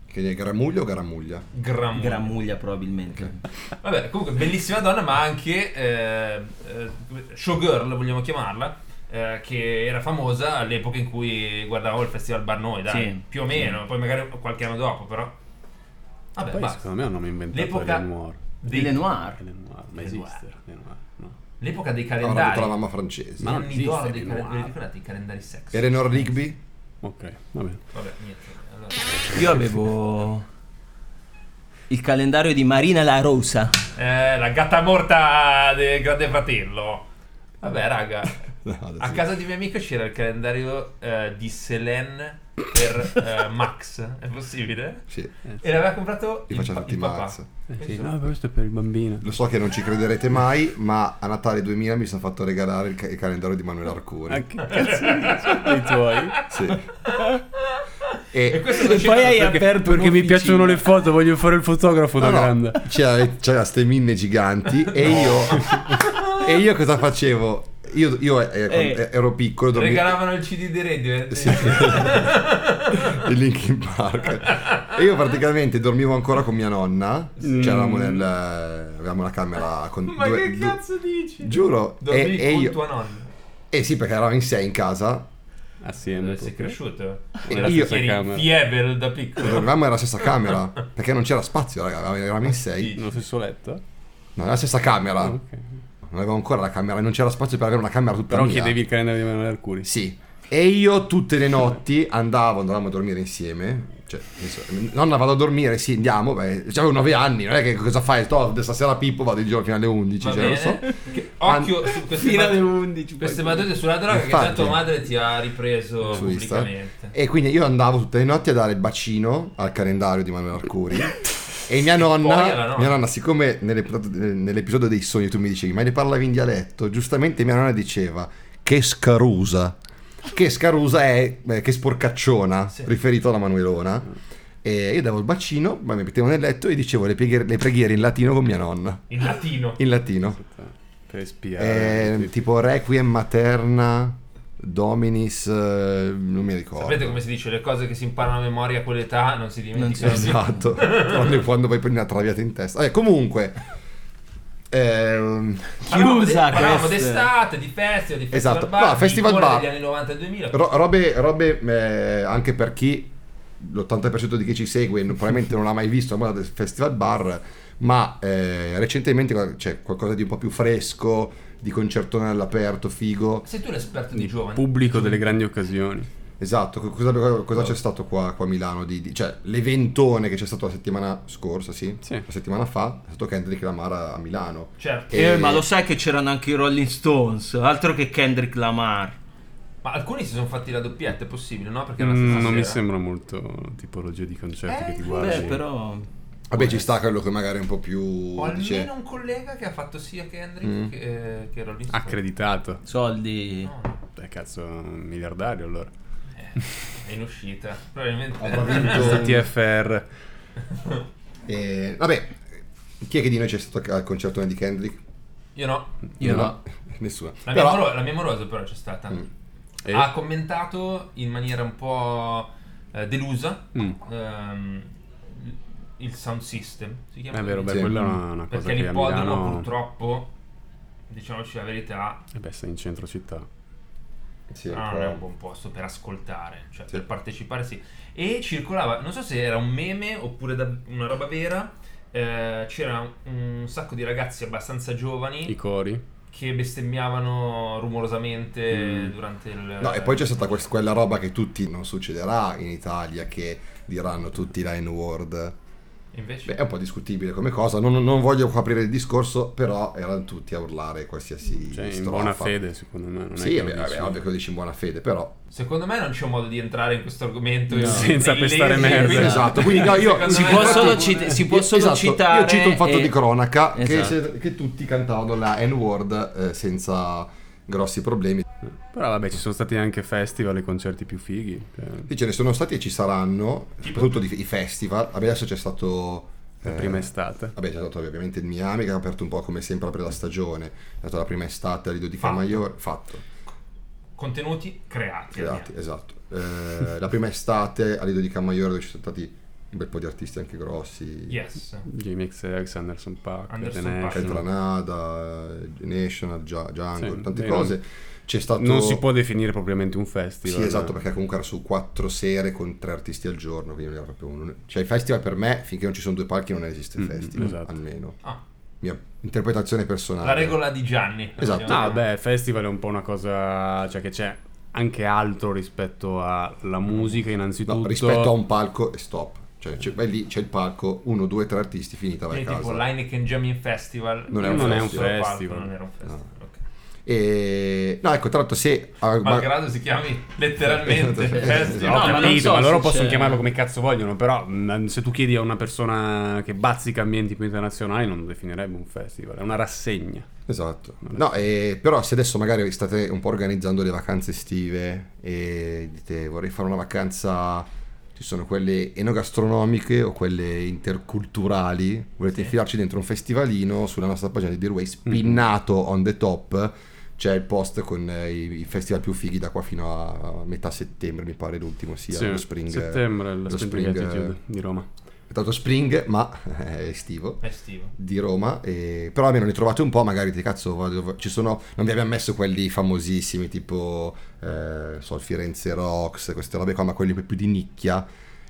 Speaker 4: Che è Gramuglia o Garamuglia?
Speaker 3: Gramuglia.
Speaker 1: Garamuglia probabilmente.
Speaker 3: Vabbè, comunque bellissima donna, ma anche eh, eh, showgirl, vogliamo chiamarla, eh, che era famosa all'epoca in cui guardavo il Festival Bar Noi, dai,
Speaker 1: Sì.
Speaker 3: più o meno, poi magari qualche anno dopo, però. Vabbè,
Speaker 2: Ah, Poi
Speaker 3: basta.
Speaker 2: secondo me hanno inventato
Speaker 3: L'epoca-
Speaker 2: Lenoir.
Speaker 3: Dei-
Speaker 1: Di Lenoir.
Speaker 2: Lenoir, ma
Speaker 3: Lenoir.
Speaker 2: esiste. Lenoir, no.
Speaker 3: L'epoca dei
Speaker 4: Aveva avuto
Speaker 3: calendari.
Speaker 4: la mamma francese.
Speaker 3: Gli
Speaker 2: Ma non
Speaker 3: anni
Speaker 2: esiste,
Speaker 3: d'oro dei
Speaker 2: Lenoir.
Speaker 3: calendari. Vi ricordate i calendari sex?
Speaker 4: Eleanor Rigby? [laughs]
Speaker 2: Ok, vabbè.
Speaker 3: Vabbè, niente. Allora,
Speaker 1: Io avevo il calendario di Marina La Rosa.
Speaker 3: Eh, la gatta morta del Grande Fratello. Vabbè, raga.
Speaker 4: No, adesso-
Speaker 3: A casa di mio amico c'era il calendario eh, di Selene per
Speaker 4: [laughs]
Speaker 3: eh, Max, è possibile?
Speaker 4: Sì,
Speaker 3: E l'aveva comprato
Speaker 4: vi
Speaker 3: il,
Speaker 4: faccio
Speaker 3: pa-
Speaker 4: tutti
Speaker 3: il
Speaker 4: i
Speaker 3: papà.
Speaker 4: mazzo.
Speaker 2: Eh sì, no, questo è per il bambino.
Speaker 4: Lo so che non ci crederete mai, ma a Natale 2000 mi sono fatto regalare il, ca- il calendario di Manuel Arcuri.
Speaker 2: Ah, che cazzo [laughs] sono i tuoi?
Speaker 4: Sì.
Speaker 3: E
Speaker 4: E
Speaker 3: questo lo
Speaker 1: E poi hai
Speaker 3: cerco
Speaker 1: aperto
Speaker 3: perché-
Speaker 2: Perché mi
Speaker 1: un'officina.
Speaker 2: piacciono le foto, voglio fare il fotografo da
Speaker 4: No, no,
Speaker 2: grande.
Speaker 3: [laughs]
Speaker 4: c'era, c'era ste minne giganti e io... e io cosa facevo? Io, io, eh,
Speaker 1: Eh.
Speaker 4: quando ero piccolo dormi-
Speaker 3: Regalavano il CD di Radio. eh?
Speaker 4: [laughs] Sì. il Linkin Park. E io praticamente dormivo ancora con mia nonna.
Speaker 2: Sì.
Speaker 4: C'eravamo nel. Avevamo una camera con.
Speaker 3: [laughs] Mm. Ma
Speaker 4: due-
Speaker 3: che
Speaker 4: due-
Speaker 3: cazzo dici?
Speaker 4: Giuro,
Speaker 3: Dormivi
Speaker 4: e- e
Speaker 3: con
Speaker 4: io-
Speaker 3: tua nonna.
Speaker 4: Eh sì, perché eravamo in sei in casa.
Speaker 2: Assieme.
Speaker 3: Dove sei
Speaker 2: tutti.
Speaker 3: cresciuto?
Speaker 4: Eh,
Speaker 3: Nella
Speaker 4: io-
Speaker 3: io eri
Speaker 2: camera.
Speaker 3: in fiebre da
Speaker 4: [laughs]
Speaker 3: piccolo.
Speaker 4: Dormivamo nella stessa camera. Perché non c'era spazio, raga. Eravamo in sei.
Speaker 2: Nello stesso letto?
Speaker 4: No, nella stessa camera. Non
Speaker 2: Ok.
Speaker 4: avevo ancora la camera. Non c'era spazio per avere una camera tutta
Speaker 2: Però
Speaker 4: mia.
Speaker 2: chiedevi il calendario di Emanuele Arcuri.
Speaker 4: Sì. E io tutte le notti andavo, andavamo a dormire insieme. Cioè, nel senso, nonna vado a dormire, sì, andiamo. Beh, cioè, avevo 9 anni, non è che cosa fai? To, stasera Pippo vado in giro fino alle 11,
Speaker 3: Va
Speaker 4: cioè, lo so.
Speaker 3: bene. Che- Occhio su queste,
Speaker 1: Fino
Speaker 3: bat-
Speaker 1: alle 11.
Speaker 3: queste
Speaker 1: poi-
Speaker 3: battute sulla droga
Speaker 4: Infatti.
Speaker 3: che tanto madre ti ha ripreso
Speaker 4: Su Insta.
Speaker 3: pubblicamente.
Speaker 4: E quindi io andavo tutte le notti a dare il bacino al calendario di Manuel
Speaker 3: [laughs]
Speaker 4: Arcuri. E mia
Speaker 3: poi alla
Speaker 4: nonna,
Speaker 3: nonna.
Speaker 4: mia nonna, siccome nelle puntate- nell'episodio dei sogni tu mi dicevi, ma ne parlavi in dialetto, giustamente mia nonna diceva che scarusa. Che scarusa è eh, che sporcacciona,
Speaker 3: Sì.
Speaker 4: riferito alla Manuelona. E io davo il bacino, ma mi mettevo nel letto e dicevo le preghiere, le preghiere in latino con mia nonna.
Speaker 3: In latino.
Speaker 4: In latino.
Speaker 2: Per
Speaker 4: Eh,
Speaker 2: spiare.
Speaker 4: tipo requiem materna, dominis, eh, non mi ricordo.
Speaker 3: Sapete come si dice? Le cose che si imparano a memoria a quell'età non si dimenticano.
Speaker 1: Non si-
Speaker 3: più. [laughs]
Speaker 4: Esatto, tranne quando vai prendere una traviata in testa. Vabbè, comunque, ehm,
Speaker 3: Parlavamo de-
Speaker 1: Chiusa
Speaker 3: Parlavamo
Speaker 1: questa.
Speaker 3: d'estate, di festival, di festival
Speaker 4: Esatto.
Speaker 3: bar.
Speaker 4: No, festival
Speaker 3: di cuore
Speaker 4: bar.
Speaker 3: degli anni 90 e 2000.
Speaker 4: ro- robe, robe, eh, anche per chi l'80% di chi ci segue non- probabilmente non ha mai visto la moda del festival bar, ma eh, recentemente qual- c'è qualcosa di un po' più fresco, di concertone all'aperto, figo.
Speaker 3: Sei tu l'esperto di giovani.
Speaker 2: Pubblico delle grandi occasioni.
Speaker 4: Esatto, co- cosa, cosa c'è stato qua, qua a Milano? Di, di- cioè, l'eventone che c'è stato la settimana scorsa, sì,
Speaker 2: Sì.
Speaker 4: la settimana fa, è stato Kendrick Lamar a a Milano.
Speaker 3: Certo.
Speaker 1: Eh,
Speaker 4: E-
Speaker 1: ma lo sai che c'erano anche i Rolling Stones, altro che Kendrick Lamar.
Speaker 3: Ma alcuni si sono fatti la doppietta, è possibile, no? Perché era la
Speaker 2: Mm,
Speaker 3: stessa
Speaker 2: non mi
Speaker 3: sera.
Speaker 2: sembra molto tipologia di concerti
Speaker 3: Eh,
Speaker 2: che ti
Speaker 3: beh,
Speaker 2: guardi.
Speaker 1: Beh, però
Speaker 4: Vabbè, ci sta quello che magari è un po' più...
Speaker 3: Ho
Speaker 4: dice-
Speaker 3: almeno un collega che ha fatto sia Kendrick
Speaker 4: Mm.
Speaker 3: che, eh, che Rolling
Speaker 2: Ah,
Speaker 3: Stone.
Speaker 2: Accreditato.
Speaker 1: soldi.
Speaker 3: No, no, Eh,
Speaker 2: Beh, cazzo, un miliardario allora.
Speaker 3: è in uscita. Probabilmente.
Speaker 4: Avrà eh, vinto-
Speaker 2: Sta TFR.
Speaker 4: Eh, vabbè, chi è che di noi c'è stato al concertone di Kendrick?
Speaker 3: Io no.
Speaker 1: Io no.
Speaker 4: [laughs] Nessuno.
Speaker 3: La mia,
Speaker 4: Però-
Speaker 3: moro- la mia morosa però c'è stata.
Speaker 4: Mm.
Speaker 2: E?
Speaker 3: Ha commentato in maniera un po' eh, delusa
Speaker 2: Mm.
Speaker 3: ehm, il sound system. Si chiama
Speaker 2: È vero, beh,
Speaker 4: Sì.
Speaker 2: quella è una, una cosa
Speaker 3: Perché
Speaker 2: che a
Speaker 3: l'ippodromo
Speaker 2: Milano...
Speaker 3: purtroppo, diciamoci la verità,
Speaker 2: Eh beh, sta in centro città.
Speaker 4: Sì,
Speaker 3: Ah,
Speaker 4: però-
Speaker 3: non è un buon posto per ascoltare, cioè
Speaker 4: Sì.
Speaker 3: per partecipare sì. E circolava, non so se era un meme oppure da- una roba vera, eh, c'era un sacco di ragazzi abbastanza giovani
Speaker 2: I cori.
Speaker 3: che bestemmiavano rumorosamente
Speaker 2: Mm.
Speaker 3: durante il...
Speaker 4: No, e poi c'è stata quest- quella roba che tutti non succederà in Italia, che diranno tutti la N-word.
Speaker 3: Invece...
Speaker 4: Beh, è un po' discutibile come cosa, non, non voglio aprire il discorso, però erano tutti a urlare qualsiasi
Speaker 2: Cioè, in
Speaker 4: strofa.
Speaker 2: buona fede, secondo me. Non
Speaker 4: Sì,
Speaker 2: è che
Speaker 4: vabbè,
Speaker 2: lo dici-
Speaker 4: vabbè, ovvio che lo dici in buona fede, però...
Speaker 3: Secondo me non c'è un modo di entrare in questo argomento
Speaker 2: No.
Speaker 3: in-
Speaker 2: Senza
Speaker 3: in-
Speaker 2: pestare
Speaker 3: in-
Speaker 2: merda.
Speaker 3: quindi-
Speaker 4: Esatto, quindi no, io...
Speaker 3: Secondo
Speaker 1: Si
Speaker 3: me-
Speaker 1: può
Speaker 4: infatti-
Speaker 1: solo cit- si può solo
Speaker 4: Esatto,
Speaker 1: citare
Speaker 4: Io cito un fatto
Speaker 1: e-
Speaker 4: di cronaca che,
Speaker 1: Esatto.
Speaker 4: se- che tutti cantavano la N-word eh, senza grossi problemi.
Speaker 2: Però vabbè, ci sono stati anche festival e concerti più fighi. cioè,
Speaker 4: Sì, ce ne sono stati e ci saranno, soprattutto di- i festival. Vabbè, adesso c'è stato.
Speaker 2: la
Speaker 4: eh,
Speaker 2: prima estate.
Speaker 4: Vabbè, c'è stato ovviamente il Miami che ha aperto un po' come sempre apre la stagione. È stata la prima estate a Lido di
Speaker 3: Fatto.
Speaker 4: Camaiore. Fatto,
Speaker 3: Contenuti creati.
Speaker 4: creati, esatto. Eh, la prima estate a Lido di Camaiore dove ci sono stati un bel po' di artisti anche grossi.
Speaker 3: Yes.
Speaker 2: Jamie XX, Anderson Paak,
Speaker 3: Anderson
Speaker 2: The
Speaker 3: Paak.
Speaker 2: National.
Speaker 4: Caltranada, National, Gia- Jungle,
Speaker 2: Sì,
Speaker 4: eh, tante
Speaker 2: dei
Speaker 4: cose.
Speaker 2: nomi.
Speaker 4: C'è stato.
Speaker 2: Non si può definire propriamente un festival.
Speaker 4: Sì, esatto,
Speaker 2: ma-
Speaker 4: perché comunque era su quattro sere con tre artisti al giorno, quindi non era proprio uno. Cioè, il festival per me, finché non ci sono due palchi, non esiste il
Speaker 2: Mm,
Speaker 4: festival,
Speaker 2: esatto.
Speaker 4: almeno.
Speaker 3: Ah,
Speaker 4: Mia interpretazione personale.
Speaker 3: la regola di Gianni.
Speaker 4: Esatto.
Speaker 2: No, beh, festival è un po' una cosa, cioè che c'è anche altro rispetto alla musica innanzitutto.
Speaker 4: No, rispetto a un palco e stop. Cioè, c'è- vai lì, c'è il palco, uno, due, tre artisti, finita, vai
Speaker 3: Quindi
Speaker 4: a casa.
Speaker 3: tipo l'Heineken Jamming Festival.
Speaker 4: Non è un Ah.
Speaker 2: festival.
Speaker 3: Palco,
Speaker 2: festival.
Speaker 3: non era un festival. ok.
Speaker 4: E... No, ecco, tra l'altro se... ah, ma-
Speaker 3: Malgrado si chiami
Speaker 4: [laughs]
Speaker 3: letteralmente
Speaker 4: Esatto.
Speaker 2: No, ho
Speaker 3: festival.
Speaker 1: ma non
Speaker 2: capito,
Speaker 1: so
Speaker 2: ma loro
Speaker 1: se
Speaker 2: possono
Speaker 1: c'è-
Speaker 2: chiamarlo come cazzo vogliono, però mh, se tu chiedi a una persona che bazzica ambienti più internazionali non lo definirebbe un festival, è una rassegna.
Speaker 4: Esatto. No, eh, però se adesso magari state un po' organizzando le vacanze estive e dite vorrei fare una vacanza, ci sono quelle enogastronomiche o quelle interculturali, volete infilarci dentro un festivalino, sulla nostra pagina di Dear Way, spinnato on the top, c'è il post con eh, i, i festival più fighi da qua fino a, a metà settembre, mi pare l'ultimo sia lo Spring.
Speaker 2: settembre il
Speaker 4: lo
Speaker 2: Spring
Speaker 4: Spring,
Speaker 2: Attitude di Roma.
Speaker 4: Tanto Spring, ma [laughs] è estivo
Speaker 3: È estivo.
Speaker 4: di Roma, e- però almeno ne trovate un po', magari ti cazzo, vado- ci sono, non vi abbiamo messo quelli famosissimi tipo eh, non so, il Firenze Rocks, queste robe qua, ma quelli un po' più di nicchia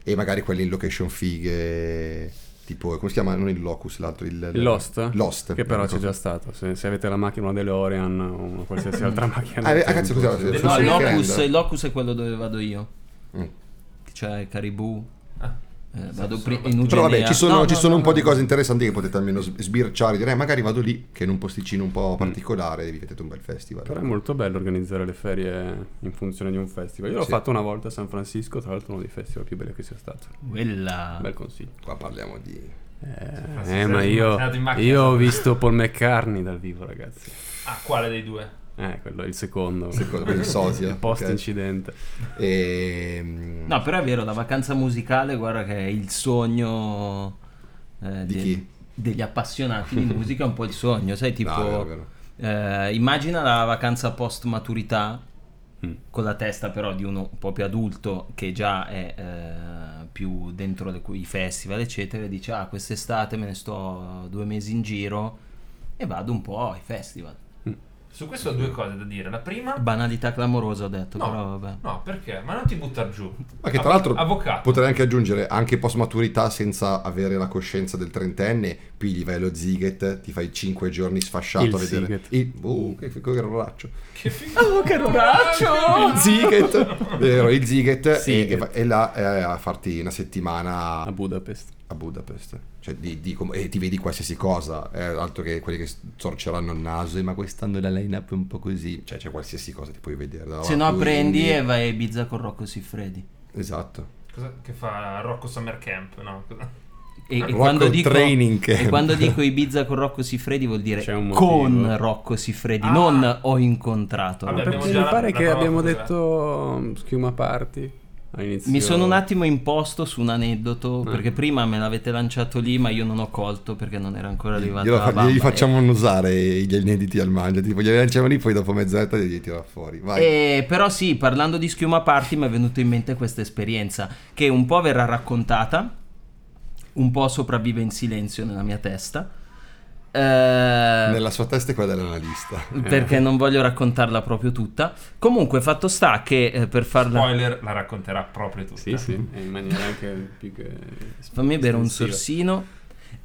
Speaker 4: e magari quelli in location fighe, tipo come si chiama? Non il Locus, l'altro, il,
Speaker 2: Il Lost?
Speaker 4: Lost.
Speaker 2: Che però
Speaker 4: Ecco.
Speaker 2: c'è già stato. Se, se avete la macchina, una DeLorean o una
Speaker 4: [laughs]
Speaker 2: qualsiasi altra macchina.
Speaker 4: Ah,
Speaker 2: del
Speaker 4: ah, cazzo,
Speaker 2: tempo,
Speaker 4: scusate.
Speaker 2: se-
Speaker 1: No,
Speaker 4: Forse
Speaker 1: il
Speaker 4: il
Speaker 1: locus,
Speaker 4: Grand.
Speaker 1: il locus è quello dove vado io.
Speaker 4: Mm.
Speaker 1: C'è il Caribou.
Speaker 3: Ah.
Speaker 1: eh, vado
Speaker 3: Sono
Speaker 1: pri-
Speaker 3: battuto.
Speaker 1: in Ugenia.
Speaker 4: Però vabbè, ci sono,
Speaker 1: No,
Speaker 4: ci
Speaker 1: no,
Speaker 4: sono
Speaker 1: no,
Speaker 4: un po'
Speaker 1: no.
Speaker 4: di cose interessanti che potete almeno s- sbirciare, direi magari vado lì, che in un posticino un po' particolare, vi vedete un bel festival.
Speaker 2: Mm. Però è molto bello organizzare le ferie in funzione di un festival. Io l'ho
Speaker 4: Sì.
Speaker 2: fatto una volta a San Francisco, tra l'altro uno dei festival più belli che sia stato.
Speaker 1: Quella.
Speaker 2: Bel consiglio.
Speaker 4: Qua parliamo di...
Speaker 2: Ah. Eh,
Speaker 3: Francisco
Speaker 2: eh, ma
Speaker 3: è
Speaker 2: io,
Speaker 3: andato in macchina.
Speaker 2: io ho visto Paul McCartney dal vivo, ragazzi.
Speaker 3: Ah, quale dei due?
Speaker 2: Eh, quello è il secondo.
Speaker 4: Secondo me il sosia.
Speaker 2: Il post incidente.
Speaker 4: ok. Ehm,
Speaker 1: No, però è vero, la vacanza musicale, guarda che è il sogno eh,
Speaker 4: Di
Speaker 1: de-
Speaker 4: chi?
Speaker 1: degli appassionati di musica, è un po' il sogno, sai, tipo...
Speaker 4: [laughs] no, è vero, è vero.
Speaker 1: eh, immagina la vacanza post maturità,
Speaker 2: Mm.
Speaker 1: con la testa però di uno un po' più adulto che già è eh, più dentro le- i festival, eccetera, e dice, ah, quest'estate me ne sto due mesi in giro e vado un po' ai festival.
Speaker 3: Su questo ho due cose da dire. La prima...
Speaker 1: Banalità clamorosa ho detto, però vabbè.
Speaker 3: no, perché? Ma non ti buttar giù.
Speaker 4: Ma che tra l'altro
Speaker 3: Avvocato.
Speaker 4: potrei anche aggiungere, anche post maturità senza avere la coscienza del trentenne, pigli vai allo Ziget, ti fai 5 giorni sfasciato
Speaker 2: Il
Speaker 4: a vedere...
Speaker 2: Ziget.
Speaker 4: Il Oh, che, che rolaccio.
Speaker 3: Che figo.
Speaker 1: che
Speaker 3: [laughs]
Speaker 1: rolaccio!
Speaker 4: Il Ziget, [laughs] vero, il Ziget e,
Speaker 2: Ziget.
Speaker 4: e va- e là eh, a farti una settimana
Speaker 2: A Budapest.
Speaker 4: a Budapest. Cioè, di- di com- e ti vedi qualsiasi cosa, eh, altro che quelli che sorceranno il naso, e ma quest'anno la line up è un po' così. Cioè, c'è qualsiasi cosa ti puoi vedere. da
Speaker 1: Se no
Speaker 4: Lavatorini.
Speaker 1: prendi e vai a Ibiza con Rocco Siffredi.
Speaker 4: Esatto.
Speaker 3: Cosa che fa Rocco Summer Camp, no? Cosa-
Speaker 1: E, e
Speaker 4: Rocco
Speaker 1: quando dico,
Speaker 4: Training Camp.
Speaker 1: e quando dico Ibiza con Rocco Siffredi vuol dire
Speaker 2: C'è un motivo.
Speaker 1: con Rocco Siffredi,
Speaker 3: Ah.
Speaker 1: non ho incontrato.
Speaker 3: Vabbè,
Speaker 1: Rocco
Speaker 3: abbiamo
Speaker 2: Perché
Speaker 1: Siffredi.
Speaker 3: già
Speaker 2: mi
Speaker 3: la-
Speaker 2: pare
Speaker 3: la
Speaker 2: che
Speaker 3: prova
Speaker 2: abbiamo
Speaker 3: scusa.
Speaker 2: detto mm, schiuma party all'inizio.
Speaker 1: Mi sono un
Speaker 4: oh.
Speaker 1: attimo imposto su un aneddoto
Speaker 2: Eh.
Speaker 1: perché prima me l'avete lanciato lì ma io non ho colto perché non era ancora arrivato. eh.
Speaker 4: Glielo
Speaker 1: la
Speaker 4: fa-
Speaker 1: bamba.
Speaker 4: gli facciamo usare gli inediti al mangia, tipo glieli lanciamo lì, poi dopo mezz'oretta li tira fuori. Vai.
Speaker 1: Eh, però sì, parlando di schiuma party mi è venuta in mente questa esperienza che un po' verrà raccontata, un po' sopravvive in silenzio nella mia testa. Eh,
Speaker 4: Nella sua testa è quella dell'analista.
Speaker 3: Eh.
Speaker 1: Perché non voglio raccontarla proprio tutta. Comunque, fatto sta che eh, per farla.
Speaker 3: Spoiler, la racconterà proprio tutta.
Speaker 2: Sì, sì, e in maniera anche più che...
Speaker 1: Fammi bere un
Speaker 2: estensiva.
Speaker 1: sorsino.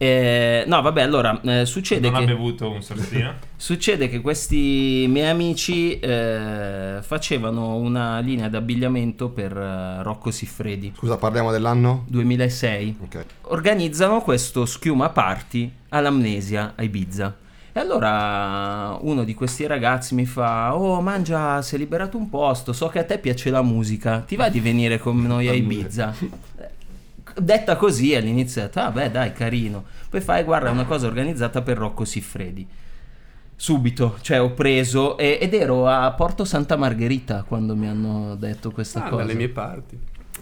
Speaker 1: Eh, no, vabbè, allora eh, succede
Speaker 3: Non ha
Speaker 1: che.
Speaker 3: bevuto un sorsino.
Speaker 1: Succede che questi miei amici eh, facevano una linea d'abbigliamento per eh, Rocco Siffredi
Speaker 4: Scusa, parliamo dell'anno?
Speaker 1: 2006.
Speaker 4: Ok.
Speaker 1: Organizzano questo schiuma party all'amnesia a Ibiza. E allora uno di questi ragazzi mi fa: Oh, mangia, sei liberato un posto. So che a te piace la musica. Ti va di venire con noi a Ibiza? Detta così all'inizio, ho detto, ah beh dai carino, poi fai guarda è una cosa organizzata per Rocco Siffredi, subito, cioè ho preso e- ed ero a Porto Santa Margherita quando mi hanno detto questa
Speaker 2: Ah,
Speaker 1: cosa.
Speaker 2: dalle mie parti.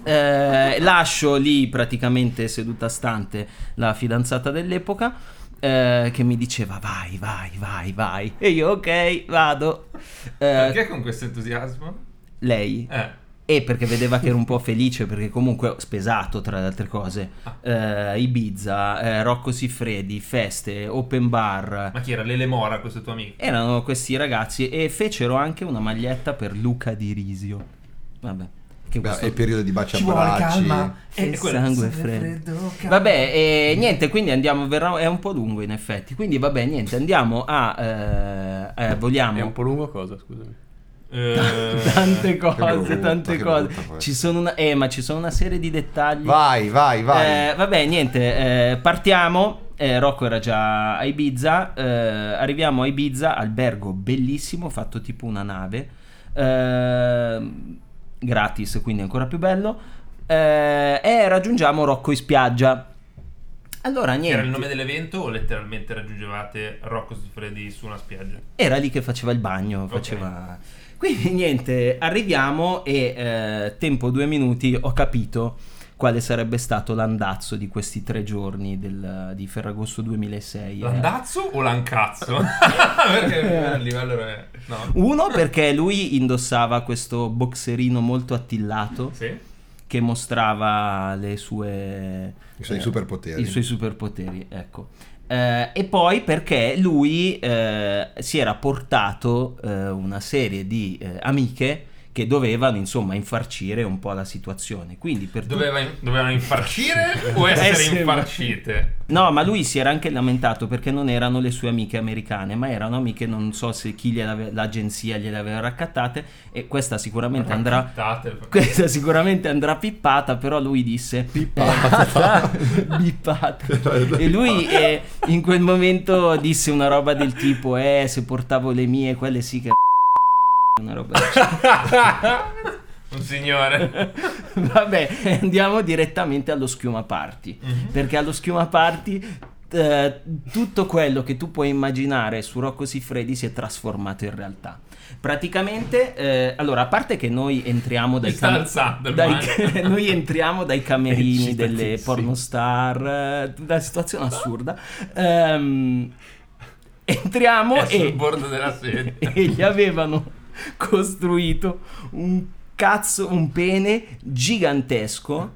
Speaker 1: Eh, lascio lì praticamente seduta stante la fidanzata dell'epoca eh, che mi diceva vai, vai, vai, vai. E io ok, vado. [laughs] Eh,
Speaker 3: Perché con questo entusiasmo?
Speaker 1: Lei.
Speaker 3: Eh,
Speaker 1: E perché vedeva che ero un po' felice, perché comunque ho spesato tra le altre cose.
Speaker 3: Ah.
Speaker 1: Eh, Ibiza, eh, Rocco Siffredi, feste, open bar.
Speaker 3: ma chi era? Lele Mora, questo tuo
Speaker 1: [laughs]
Speaker 3: amico?
Speaker 1: Erano questi ragazzi e fecero anche una maglietta per Luca di Risio. Vabbè. Che
Speaker 4: Beh,
Speaker 1: questo-
Speaker 4: è il periodo di baci a bracci.
Speaker 1: e il Eh, sangue è freddo. Vabbè, e niente, quindi andiamo, verrà- è un po' lungo in effetti, quindi vabbè, niente, andiamo a, eh, eh,
Speaker 2: È un
Speaker 1: vogliamo
Speaker 2: po' lungo cosa, scusami.
Speaker 3: Eh,
Speaker 1: tante
Speaker 4: Che
Speaker 1: cose,
Speaker 4: brutta,
Speaker 1: tante
Speaker 4: che
Speaker 1: cose,
Speaker 4: brutta poi.
Speaker 1: ci sono una, eh, ma ci sono una serie di dettagli.
Speaker 4: Vai, vai, vai.
Speaker 1: Eh, vabbè, niente, eh, partiamo. Eh, Rocco era già a Ibiza. eh, arriviamo a Ibiza, albergo bellissimo, fatto tipo una nave. eh, gratis, quindi ancora più bello. eh, e raggiungiamo Rocco in spiaggia. Allora,
Speaker 3: che
Speaker 1: niente.
Speaker 3: Era il nome dell'evento o letteralmente raggiungevate Rocco Siffredi su una spiaggia?
Speaker 1: Era lì che faceva il bagno, faceva... Quindi niente, arriviamo e eh, tempo due minuti ho capito quale sarebbe stato l'andazzo di questi tre giorni del- di Ferragosto 2006. eh.
Speaker 3: L'andazzo o
Speaker 1: [laughs]
Speaker 3: l'ancazzo? Perché a livello era- No.
Speaker 1: Uno perché lui indossava questo boxerino molto attillato
Speaker 3: Sì.
Speaker 1: che mostrava le sue
Speaker 4: I suoi
Speaker 1: eh,
Speaker 4: superpoteri.
Speaker 1: i suoi superpoteri, ecco. Eh, e poi perché lui eh, si era portato eh, una serie di eh, amiche che dovevano insomma infarcire un po' la situazione. Quindi per tu-
Speaker 3: Doveva in- dovevano
Speaker 1: [laughs]
Speaker 3: infarcire o essere
Speaker 1: Essere-
Speaker 3: infarcite?
Speaker 1: No, ma lui si era anche lamentato perché non erano le sue amiche americane, ma erano amiche, non so se chi gliel'ave- l'agenzia gliele aveva raccattate e questa sicuramente andrà
Speaker 3: Raccattate.
Speaker 1: [laughs] questa sicuramente andrà pippata, però lui disse pippata, [laughs] bippata. e lui eh, in quel momento disse una roba del tipo eh se portavo le mie quelle sì che [laughs] una roba del
Speaker 3: [laughs] Un signore.
Speaker 1: genere. [laughs] Vabbè, andiamo direttamente allo schiuma party, perché allo schiuma party eh, tutto quello che tu puoi immaginare su Rocco Siffredi si è trasformato in realtà. Praticamente, eh, allora, a parte che noi entriamo dai
Speaker 3: Mi sta
Speaker 1: cam-
Speaker 3: alzando
Speaker 1: dai-
Speaker 3: ormai.
Speaker 1: [laughs] noi entriamo dai camerini
Speaker 2: Eccitatissimo.
Speaker 1: delle pornostar, eh, una situazione assurda. Ehm, entriamo
Speaker 3: È sul
Speaker 1: e,
Speaker 3: bordo della sedia.
Speaker 1: [laughs] e gli avevano costruito un cazzo, un pene gigantesco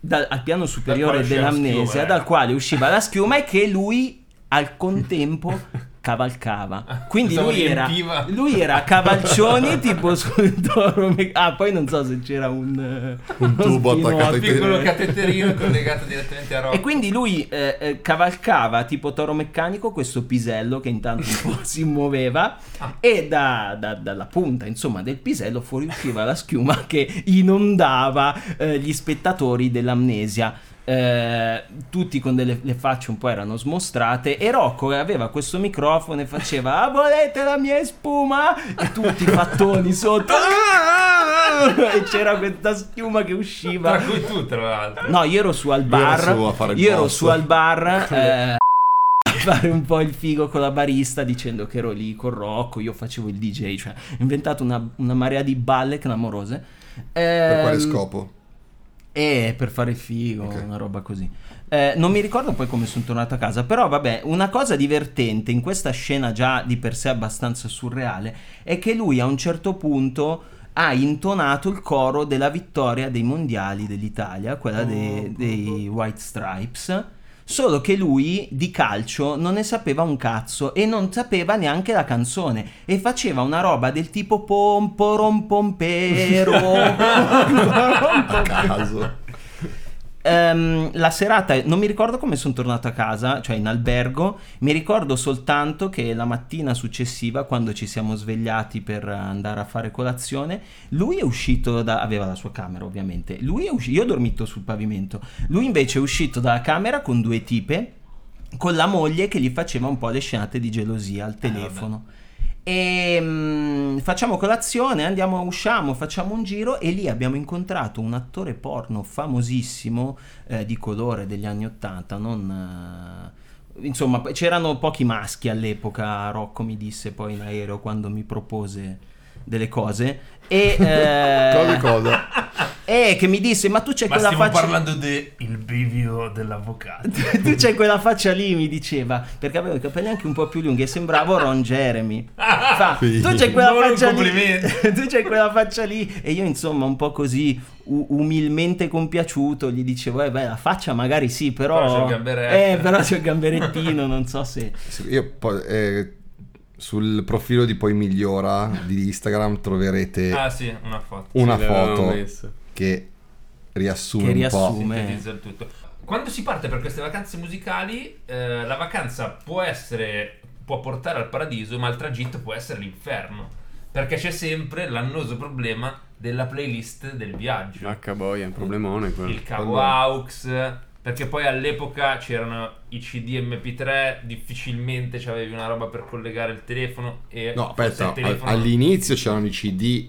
Speaker 1: dal- al piano superiore
Speaker 3: quale usciva la
Speaker 1: dell'amnesia,
Speaker 3: schiuma, eh.
Speaker 1: dal quale usciva la schiuma e che lui al
Speaker 3: [laughs]
Speaker 1: contempo cavalcava. Quindi
Speaker 3: Pensavo
Speaker 1: lui era,
Speaker 3: riempiva.
Speaker 1: lui era a
Speaker 3: [laughs]
Speaker 1: cavalcioni tipo sul toro. me- Ah, poi non so se c'era un,
Speaker 4: Un tubo
Speaker 1: uno
Speaker 4: attaccato ai
Speaker 1: spino-
Speaker 3: Piccolo cateterino collegato direttamente a Rocco.
Speaker 1: e quindi lui eh, eh, cavalcava tipo toro meccanico questo pisello che intanto un po' si muoveva e da- da- dalla punta insomma del pisello fuoriusciva la schiuma che inondava eh, gli spettatori dell'amnesia. Eh, tutti con delle le facce un po' erano smostrate e Rocco aveva questo microfono e faceva "Ah, volete la mia spuma e tutti i fattoni sotto e c'era questa schiuma che usciva
Speaker 3: Tra cui tu, tra l'altro.
Speaker 1: No, io ero su al
Speaker 4: Lui era
Speaker 1: bar.
Speaker 4: su a fare il
Speaker 1: io ero
Speaker 4: boss.
Speaker 1: su al
Speaker 4: [laughs]
Speaker 1: bar eh, [laughs] a fare un po' il figo con la barista dicendo che ero lì con Rocco, io facevo il DJ, cioè ho inventato una, una marea di balle clamorose.
Speaker 4: Per quale
Speaker 1: Ehm,
Speaker 4: scopo?
Speaker 1: eh, per fare il figo,
Speaker 4: Ok.
Speaker 1: una roba così. Eh, non mi ricordo poi come sono tornato a casa, però vabbè, una cosa divertente in questa scena già di per sé abbastanza surreale è che lui a un certo punto ha intonato il coro della vittoria dei mondiali dell'Italia, quella de- dei White Stripes. Solo che lui di calcio non ne sapeva un cazzo e non sapeva neanche la canzone e faceva una roba del tipo pomporompero.
Speaker 4: A caso.
Speaker 1: Ehm, la serata, non mi ricordo come sono tornato a casa, cioè in albergo, mi ricordo soltanto che la mattina successiva, quando ci siamo svegliati per andare a fare colazione, lui è uscito da... aveva la sua camera ovviamente, lui è uscito, io ho dormito sul pavimento, lui invece è uscito dalla camera con due tipe, con la moglie che gli faceva un po' le scenate di gelosia al telefono. E mm, facciamo colazione, andiamo, usciamo, facciamo un giro e lì abbiamo incontrato un attore porno famosissimo eh, di colore degli anni Ottanta, non... eh, Insomma, p- c'erano pochi maschi all'epoca, Rocco mi disse poi in aereo quando mi propose delle cose. E, eh,
Speaker 4: Cosa e cosa?
Speaker 1: e che mi disse, ma tu c'hai
Speaker 3: Ma
Speaker 1: quella
Speaker 3: stiamo
Speaker 1: faccia...
Speaker 3: parlando del il bivio dell'avvocato.
Speaker 1: [laughs] tu c'hai quella faccia lì, mi diceva, perché avevo i capelli anche un po' più lunghi e sembravo Ron Jeremy. Fa, tu c'hai quella
Speaker 3: Non un
Speaker 1: faccia lì.
Speaker 3: complimento.
Speaker 1: tu c'hai quella faccia lì e io insomma un po' così u- umilmente compiaciuto gli dicevo, eh beh, la faccia magari sì, però
Speaker 3: Però c'è il gamberetto."
Speaker 1: Eh, però c'è il gamberettino, non so se
Speaker 4: Sì, Io poi, eh, sul profilo di Poi Migliora di Instagram troverete
Speaker 3: Ah sì, una foto.
Speaker 4: una
Speaker 2: Sì, l'avevamo
Speaker 4: foto
Speaker 2: messo.
Speaker 4: che riassume
Speaker 1: Che
Speaker 4: un
Speaker 1: riassume.
Speaker 4: po'.
Speaker 3: Sintetizza il tutto. Quando si parte per queste vacanze musicali, eh, la vacanza può essere può portare al paradiso, ma il tragitto può essere l'inferno, perché c'è sempre l'annoso problema della playlist del viaggio.
Speaker 2: H boia, è un problemone quello.
Speaker 3: il cavo AUX perché poi all'epoca c'erano i CD MP3 difficilmente c'avevi una roba per collegare il telefono e
Speaker 4: No,
Speaker 3: forse
Speaker 4: aspetta,
Speaker 3: il telefono-
Speaker 4: al- all'inizio c'erano i CD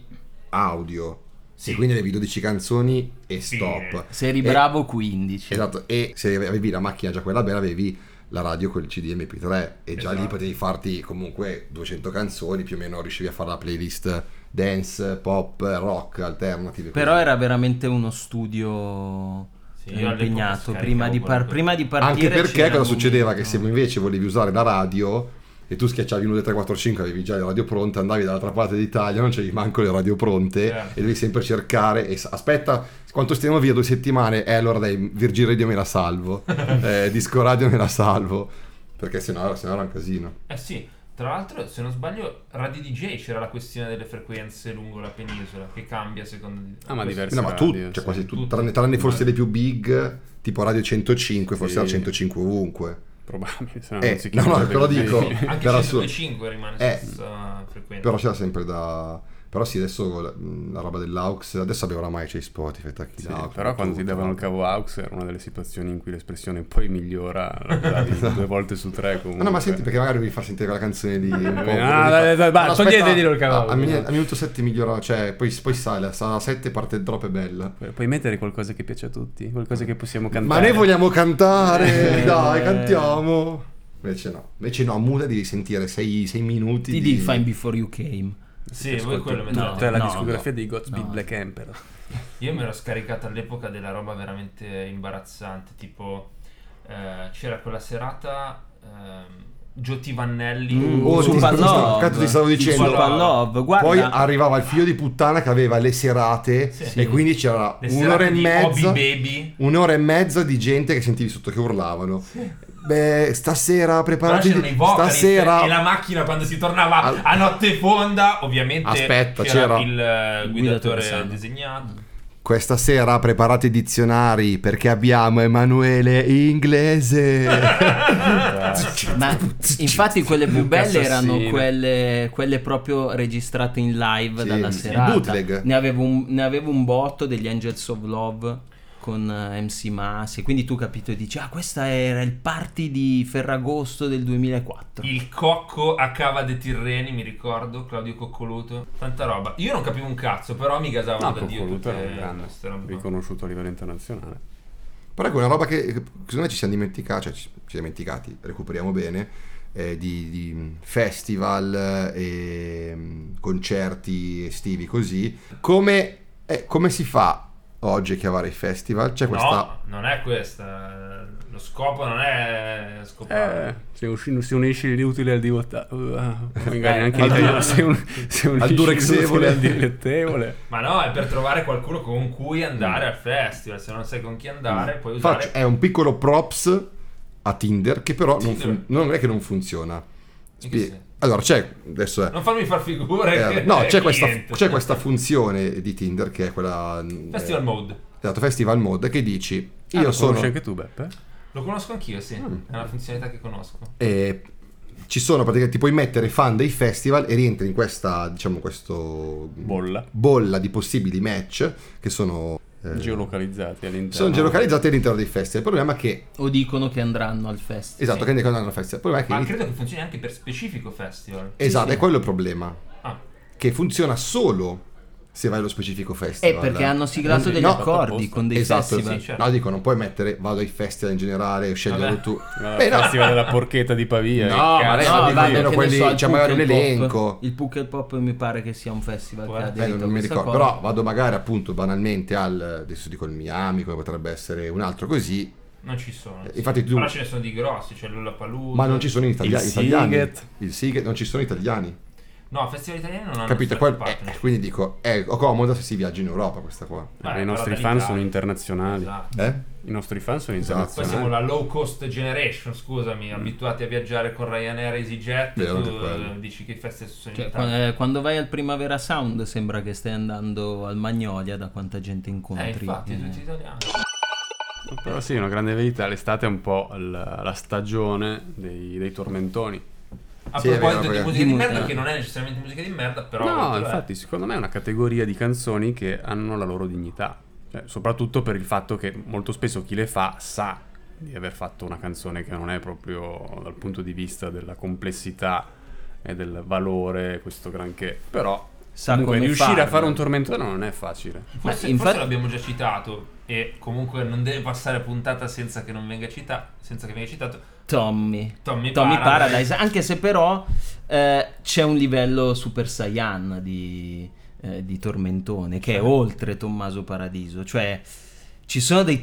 Speaker 4: audio,
Speaker 3: Sì.
Speaker 4: e quindi avevi 12 canzoni e
Speaker 3: Sì.
Speaker 4: stop.
Speaker 1: Seri Bravo 15.
Speaker 4: Esatto, e se avevi la macchina già quella bella avevi la radio con il CD MP3 e già lì
Speaker 3: Esatto.
Speaker 4: potevi farti comunque 200 canzoni, più o meno riuscivi a fare la playlist dance, pop, rock, alternative.
Speaker 1: Però
Speaker 4: così.
Speaker 1: era veramente uno studio
Speaker 3: Sì, io all'epoca
Speaker 1: impegnato
Speaker 3: scaricavo
Speaker 1: prima di, par-
Speaker 3: qualcosa.
Speaker 1: prima di partire.
Speaker 4: Anche perché
Speaker 1: c'era
Speaker 4: cosa
Speaker 1: un
Speaker 4: succedeva? Che
Speaker 1: momento.
Speaker 4: se invece volevi usare la radio e tu schiacciavi 1, 2, 3, 4, 5, avevi già le radio pronte, andavi dall'altra parte d'Italia, non c'avevi manco le radio pronte
Speaker 3: Certo.
Speaker 4: e dovevi sempre cercare. E s- aspetta, quanto stiamo via? Due settimane? Eh, allora dai, Virgin Radio me
Speaker 2: [laughs]
Speaker 4: la salvo, eh, Disco Radio me la salvo, perché sennò, sennò era un casino.
Speaker 3: Eh sì, tra l'altro, se non sbaglio, Radio DJ c'era la questione delle frequenze lungo la penisola, che cambia secondo me.
Speaker 2: Ah, ma diverse
Speaker 4: No, ma tu,
Speaker 2: radio,
Speaker 4: cioè
Speaker 2: sì. Eh.
Speaker 4: quasi tu,
Speaker 3: Tutte.
Speaker 4: tranne, tranne forse le più big, tipo Radio 105, forse
Speaker 2: Sì.
Speaker 4: la 105 ovunque.
Speaker 2: Probabile, se no
Speaker 4: Eh,
Speaker 2: non si
Speaker 4: no,
Speaker 2: chiama
Speaker 4: no, però
Speaker 2: così.
Speaker 4: dico-
Speaker 3: Anche
Speaker 4: Però su-
Speaker 3: 105 rimane
Speaker 4: Eh.
Speaker 3: stessa frequenza.
Speaker 4: Però c'era sempre da... Però sì, adesso la, la roba dell'aux, adesso abbiamo oramai c'è Spotify, tacchi
Speaker 2: Sì,
Speaker 4: l'aux,
Speaker 2: però quando ti
Speaker 4: tutto.
Speaker 2: davano il cavo aux era una delle situazioni in cui l'espressione poi migliora
Speaker 4: [laughs]
Speaker 2: la usavi due volte su tre comunque.
Speaker 4: Ah, Esatto. no, ma senti, perché magari devi far sentire quella canzone
Speaker 2: [laughs]
Speaker 4: lì. Un po'
Speaker 2: Ah, dai, dai, dai, basta,
Speaker 4: aspetta,
Speaker 2: toglieteglielo il cavolo.
Speaker 4: A, a minu- a minuto 7 migliora, cioè, poi, poi sale, sala 7 parte il drop è bella.
Speaker 2: Pu- Puoi mettere qualcosa che piace a tutti, qualcosa che possiamo
Speaker 4: Ma
Speaker 2: cantare.
Speaker 4: noi vogliamo cantare,
Speaker 2: Eh.
Speaker 4: dai, cantiamo. Invece no, invece no, a muta devi sentire 6 minuti
Speaker 1: Ti di Fine Before You Came.
Speaker 3: Sì, voi
Speaker 2: Ascolti
Speaker 1: no.
Speaker 3: quello mettete.
Speaker 2: tutta la
Speaker 1: no,
Speaker 2: discografia dei Godspeed
Speaker 1: no.
Speaker 2: Black Emperor.
Speaker 3: Io me l'ho scaricata all'epoca della roba veramente imbarazzante, tipo eh, c'era quella serata ehm, Giotti Vannelli
Speaker 1: Mm,
Speaker 4: Oh,
Speaker 1: Super
Speaker 4: ti- ti-
Speaker 1: Love.
Speaker 4: cazzo ti stavo dicendo.
Speaker 1: Super Love, guarda.
Speaker 4: Poi arrivava il figlio di puttana che aveva le serate
Speaker 3: Sì.
Speaker 4: e quindi c'era
Speaker 3: le
Speaker 4: un'ora
Speaker 3: serate
Speaker 4: e
Speaker 3: di
Speaker 4: mezza.
Speaker 3: Hobby Baby.
Speaker 4: Un'ora e mezza di gente che sentivi sotto che urlavano. Beh,
Speaker 3: Però
Speaker 4: stasera preparati.
Speaker 3: c'erano i
Speaker 4: di-
Speaker 3: vocalist
Speaker 4: Stasera.
Speaker 3: e la macchina quando si tornava
Speaker 4: Al-
Speaker 3: a notte fonda, ovviamente
Speaker 4: Aspetta, c'era-
Speaker 3: il eh,
Speaker 1: Il guidatore
Speaker 3: guidatore
Speaker 1: sano.
Speaker 3: disegnato. [laughs]
Speaker 4: Questa sera preparate i dizionari perché abbiamo Emanuele
Speaker 3: [laughs]
Speaker 4: Inglese.
Speaker 1: Ma infatti quelle più
Speaker 2: Luca
Speaker 1: belle
Speaker 2: Assassino.
Speaker 1: erano quelle, quelle proprio registrate in live
Speaker 4: Sì,
Speaker 1: dalla
Speaker 4: il
Speaker 1: serata.
Speaker 4: bootleg.
Speaker 1: Ne avevo, un, ne avevo un botto degli Angels of Love con eh, MC Masi. Quindi tu capito e dici, ah questa era il party di Ferragosto del
Speaker 4: Esatto.
Speaker 1: 2004.
Speaker 3: Il cocco a Cava dei Tirreni, mi ricordo, Claudio Coccoluto, tanta roba. Io non capivo un cazzo, però mi
Speaker 2: No,
Speaker 3: gasavano da Dio
Speaker 2: Coccoluto era
Speaker 3: tutte
Speaker 2: un grande,
Speaker 3: queste robe qua.
Speaker 2: riconosciuto a livello internazionale.
Speaker 4: Però ecco una roba che che secondo me ci siamo dimenticati, cioè ci ci siamo dimenticati, recuperiamo bene, eh, di, di festival eh, e mm, concerti estivi così. Come, eh, come si fa oggi a chiamare i festival? C'è questa...
Speaker 3: No, non è questa. Lo scopo non è scopare.
Speaker 2: Eh, se, usci- se unisci l'utile al dilettevole, magari anche
Speaker 4: al
Speaker 2: in italiano,
Speaker 4: du-
Speaker 2: se, un- se unisci l'utile
Speaker 4: durexevole.
Speaker 2: al dilettevole.
Speaker 3: Ma no, è per trovare qualcuno con cui andare al festival. Se non sai con chi andare, puoi usare.
Speaker 4: Mm. Faccio, eh, è un piccolo props a Tinder che però non, fun-
Speaker 3: Tinder.
Speaker 4: non è che non funziona.
Speaker 3: In che
Speaker 4: Spie-
Speaker 3: senso?
Speaker 4: allora c'è... Adesso è...
Speaker 3: Non farmi far figure.
Speaker 4: eh,
Speaker 3: che-
Speaker 4: no,
Speaker 3: eh,
Speaker 4: c'è questa,
Speaker 3: niente.
Speaker 4: c'è questa funzione di Tinder che è quella... mm,
Speaker 3: Festival
Speaker 4: eh,
Speaker 3: mode.
Speaker 4: Esatto, Festival Mode che dici...
Speaker 2: Ah,
Speaker 4: Io
Speaker 2: lo
Speaker 4: sono...
Speaker 2: conosci anche tu, Beppe?
Speaker 3: Lo conosco anch'io, sì.
Speaker 4: Mm.
Speaker 3: È una funzionalità che conosco.
Speaker 4: Eh, ci sono praticamente, ti puoi mettere fan dei festival e rientri in questa, diciamo, questo
Speaker 2: Bolla.
Speaker 4: bolla di possibili match che sono, eh,
Speaker 2: Geolocalizzati all'interno.
Speaker 4: sono geolocalizzati all'interno dei festival. Il problema è che,
Speaker 1: O dicono che andranno al festival.
Speaker 4: esatto, che ne hanno festival. Il problema è che,
Speaker 3: Ma credo che funzioni anche per specifico festival.
Speaker 4: esatto, è quello il problema,
Speaker 3: Ah,
Speaker 4: che funziona solo se vai allo specifico
Speaker 1: Eh,
Speaker 4: festival.
Speaker 1: perché hanno siglato degli
Speaker 4: No,
Speaker 1: accordi con dei
Speaker 4: Esatto,
Speaker 1: festival.
Speaker 3: sì, certo.
Speaker 4: no, dico, non puoi mettere vado ai festival in generale o scegliere
Speaker 3: Vabbè. [laughs]
Speaker 4: tu.
Speaker 2: No,
Speaker 4: Beh,
Speaker 2: il
Speaker 4: Eh, no.
Speaker 2: festival della porchetta di Pavia.
Speaker 4: No,
Speaker 2: che
Speaker 4: ma
Speaker 2: cazzo.
Speaker 4: lei-
Speaker 1: No,
Speaker 4: Almeno
Speaker 1: vado, che ne
Speaker 4: quelli-
Speaker 1: so, il
Speaker 4: cioè, magari un
Speaker 1: Pukkel Pop.
Speaker 4: elenco.
Speaker 1: Il Pukkel Pop mi pare che sia un festival che
Speaker 3: Guarda,
Speaker 1: ha
Speaker 4: Beh,
Speaker 1: aderito
Speaker 4: Eh, non
Speaker 1: a
Speaker 4: mi
Speaker 1: questa
Speaker 4: ricordo,
Speaker 1: cosa.
Speaker 4: però vado magari appunto banalmente al adesso dico il Miami, come potrebbe essere un altro così,
Speaker 3: non ci sono.
Speaker 4: Eh, infatti tu-
Speaker 3: Però ce ne sono di grossi, c'è Lollapalooza.
Speaker 4: ma non ci sono in italia-
Speaker 2: Il
Speaker 4: italiani.
Speaker 2: Siget.
Speaker 4: Il Siget, non ci sono italiani.
Speaker 3: No, festival italiani Ah, non hanno
Speaker 4: Capito?
Speaker 3: quel...
Speaker 4: Quel- eh, quindi dico, è comoda se si viaggia in Europa questa qua.
Speaker 2: Eh, I nostri fan sono internazionali.
Speaker 3: Esatto.
Speaker 4: Eh?
Speaker 2: I nostri fan sono
Speaker 4: Esatto.
Speaker 3: Poi siamo
Speaker 2: internazionali.
Speaker 3: la low cost generation, scusami,
Speaker 4: Mm.
Speaker 3: abituati a viaggiare con Ryanair e EasyJet,
Speaker 4: Vero, anche
Speaker 3: tu
Speaker 4: quello.
Speaker 3: eh, dici che feste sono
Speaker 1: Cioè,
Speaker 3: in
Speaker 1: qua-
Speaker 3: Italia.
Speaker 1: eh, quando vai al Primavera Sound sembra che stai andando al Magnolia da quanta gente
Speaker 3: Eh,
Speaker 1: incontri.
Speaker 3: infatti,
Speaker 1: Eh.
Speaker 3: tutti italiani.
Speaker 2: Però sì, è una grande verità. L'estate è un po' la, la stagione dei, dei tormentoni.
Speaker 3: A
Speaker 4: Sì, è vero,
Speaker 3: proposito di
Speaker 4: perché-
Speaker 3: musica
Speaker 1: Di
Speaker 3: di
Speaker 1: mu-
Speaker 3: merda,
Speaker 1: eh.
Speaker 3: che non è necessariamente musica di merda, però... eh.
Speaker 2: No,
Speaker 3: vabbè.
Speaker 2: infatti, secondo me è una categoria di canzoni che hanno la loro dignità. Cioè, soprattutto per il fatto che molto spesso chi le fa sa di aver fatto una canzone che non è proprio dal punto di vista della complessità e del valore, questo granché. Però
Speaker 1: Sa
Speaker 2: comunque,
Speaker 1: come
Speaker 2: riuscire a
Speaker 1: farlo.
Speaker 2: fare un tormentone non è facile.
Speaker 3: Forse, forse
Speaker 1: Ma infatti-
Speaker 3: l'abbiamo già citato e comunque non deve passare puntata senza che non venga citato, senza che venga citato
Speaker 1: Tommy.
Speaker 3: Tommy,
Speaker 1: Tommy
Speaker 3: Paradise.
Speaker 1: Paradise, anche se però eh, c'è un livello Super Saiyan di, eh, di Tormentone che è oltre Tommaso Paradiso, cioè Ci sono dei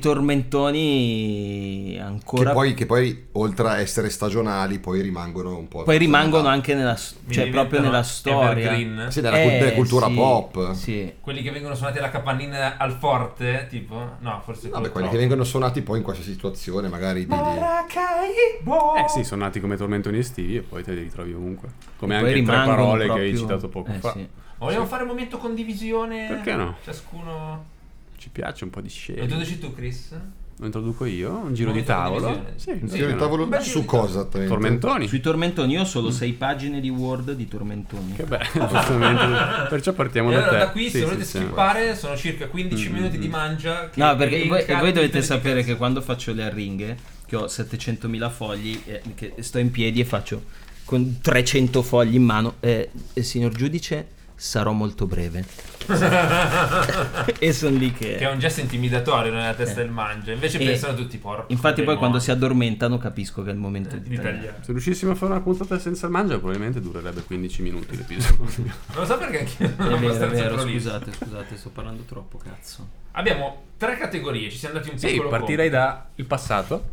Speaker 1: tormentoni ancora.
Speaker 4: Che poi, che poi, oltre a essere stagionali, poi rimangono un po'.
Speaker 1: Poi rimangono anche nella, cioè, proprio nella storia.
Speaker 3: Evergreen.
Speaker 4: Sì, della, cult-
Speaker 1: Eh,
Speaker 4: della cultura
Speaker 1: sì,
Speaker 4: pop.
Speaker 1: Sì.
Speaker 3: Quelli che vengono suonati alla capannina al forte, tipo? No, forse quello
Speaker 4: Vabbè, quelli
Speaker 3: troppo.
Speaker 4: che vengono suonati poi in qualsiasi situazione, magari di, di-
Speaker 3: Maracaibo!
Speaker 2: Eh sì, sono nati come tormentoni estivi e poi te li ritrovi ovunque. Come
Speaker 1: Poi
Speaker 2: anche le tre
Speaker 1: rimangono
Speaker 2: parole che
Speaker 1: proprio-
Speaker 2: hai citato poco
Speaker 1: eh,
Speaker 2: fa.
Speaker 1: sì.
Speaker 3: Vogliamo fare un momento condivisione?
Speaker 2: Perché no?
Speaker 3: Ciascuno...
Speaker 2: Ci piace un po' di
Speaker 3: Lo
Speaker 2: scena.
Speaker 3: introduci tu, Chris?
Speaker 2: Lo introduco io, un giro di
Speaker 3: Momento di
Speaker 2: tavolo.
Speaker 3: divisione.
Speaker 2: Sì,
Speaker 4: un
Speaker 2: sì,
Speaker 4: giro di
Speaker 2: no.
Speaker 4: tavolo.
Speaker 3: Beh,
Speaker 4: su
Speaker 3: sì.
Speaker 4: cosa? esattamente?
Speaker 2: Tormentoni.
Speaker 1: Sui tormentoni, io ho solo sei pagine di Word di tormentoni.
Speaker 2: Che bello,
Speaker 3: [laughs]
Speaker 2: giustamente. Perciò partiamo
Speaker 3: e
Speaker 2: da te.
Speaker 3: allora da qui,
Speaker 2: Sì,
Speaker 3: se
Speaker 2: sì,
Speaker 3: volete
Speaker 2: sì. Mm,
Speaker 3: skippare, sono circa 15 minuti di mangia. che
Speaker 1: No, perché
Speaker 3: elenca
Speaker 1: voi, voi dovete
Speaker 3: tutte le
Speaker 1: sapere che
Speaker 3: differenze.
Speaker 1: quando faccio le arringhe, che ho 700.000 fogli, eh, che sto in piedi e faccio con 300 fogli in mano, eh, eh, signor giudice, sarò molto breve. [laughs] e sono lì che...
Speaker 3: [laughs] Che è un gesto intimidatorio nella testa del mangia. Invece
Speaker 1: E-
Speaker 3: pensano tutti, porco.
Speaker 1: Eh.
Speaker 3: Eh,
Speaker 1: Infatti poi
Speaker 3: demonio,
Speaker 1: quando si addormentano capisco che è il momento di
Speaker 3: Di
Speaker 1: tagliare.
Speaker 3: tagliare.
Speaker 2: Se riuscissimo a fare una puntata senza il mangia, probabilmente durerebbe 15 minuti l'episodio.
Speaker 3: Non lo so perché anche io
Speaker 1: È
Speaker 3: sono
Speaker 1: vero, è
Speaker 3: abbastanza
Speaker 1: vero,
Speaker 3: prolisso.
Speaker 1: scusate, scusate, sto parlando troppo, cazzo.
Speaker 3: Abbiamo tre categorie, ci siamo dati
Speaker 2: [laughs]
Speaker 3: un
Speaker 2: sì,
Speaker 3: piccolo
Speaker 2: partirei dal passato,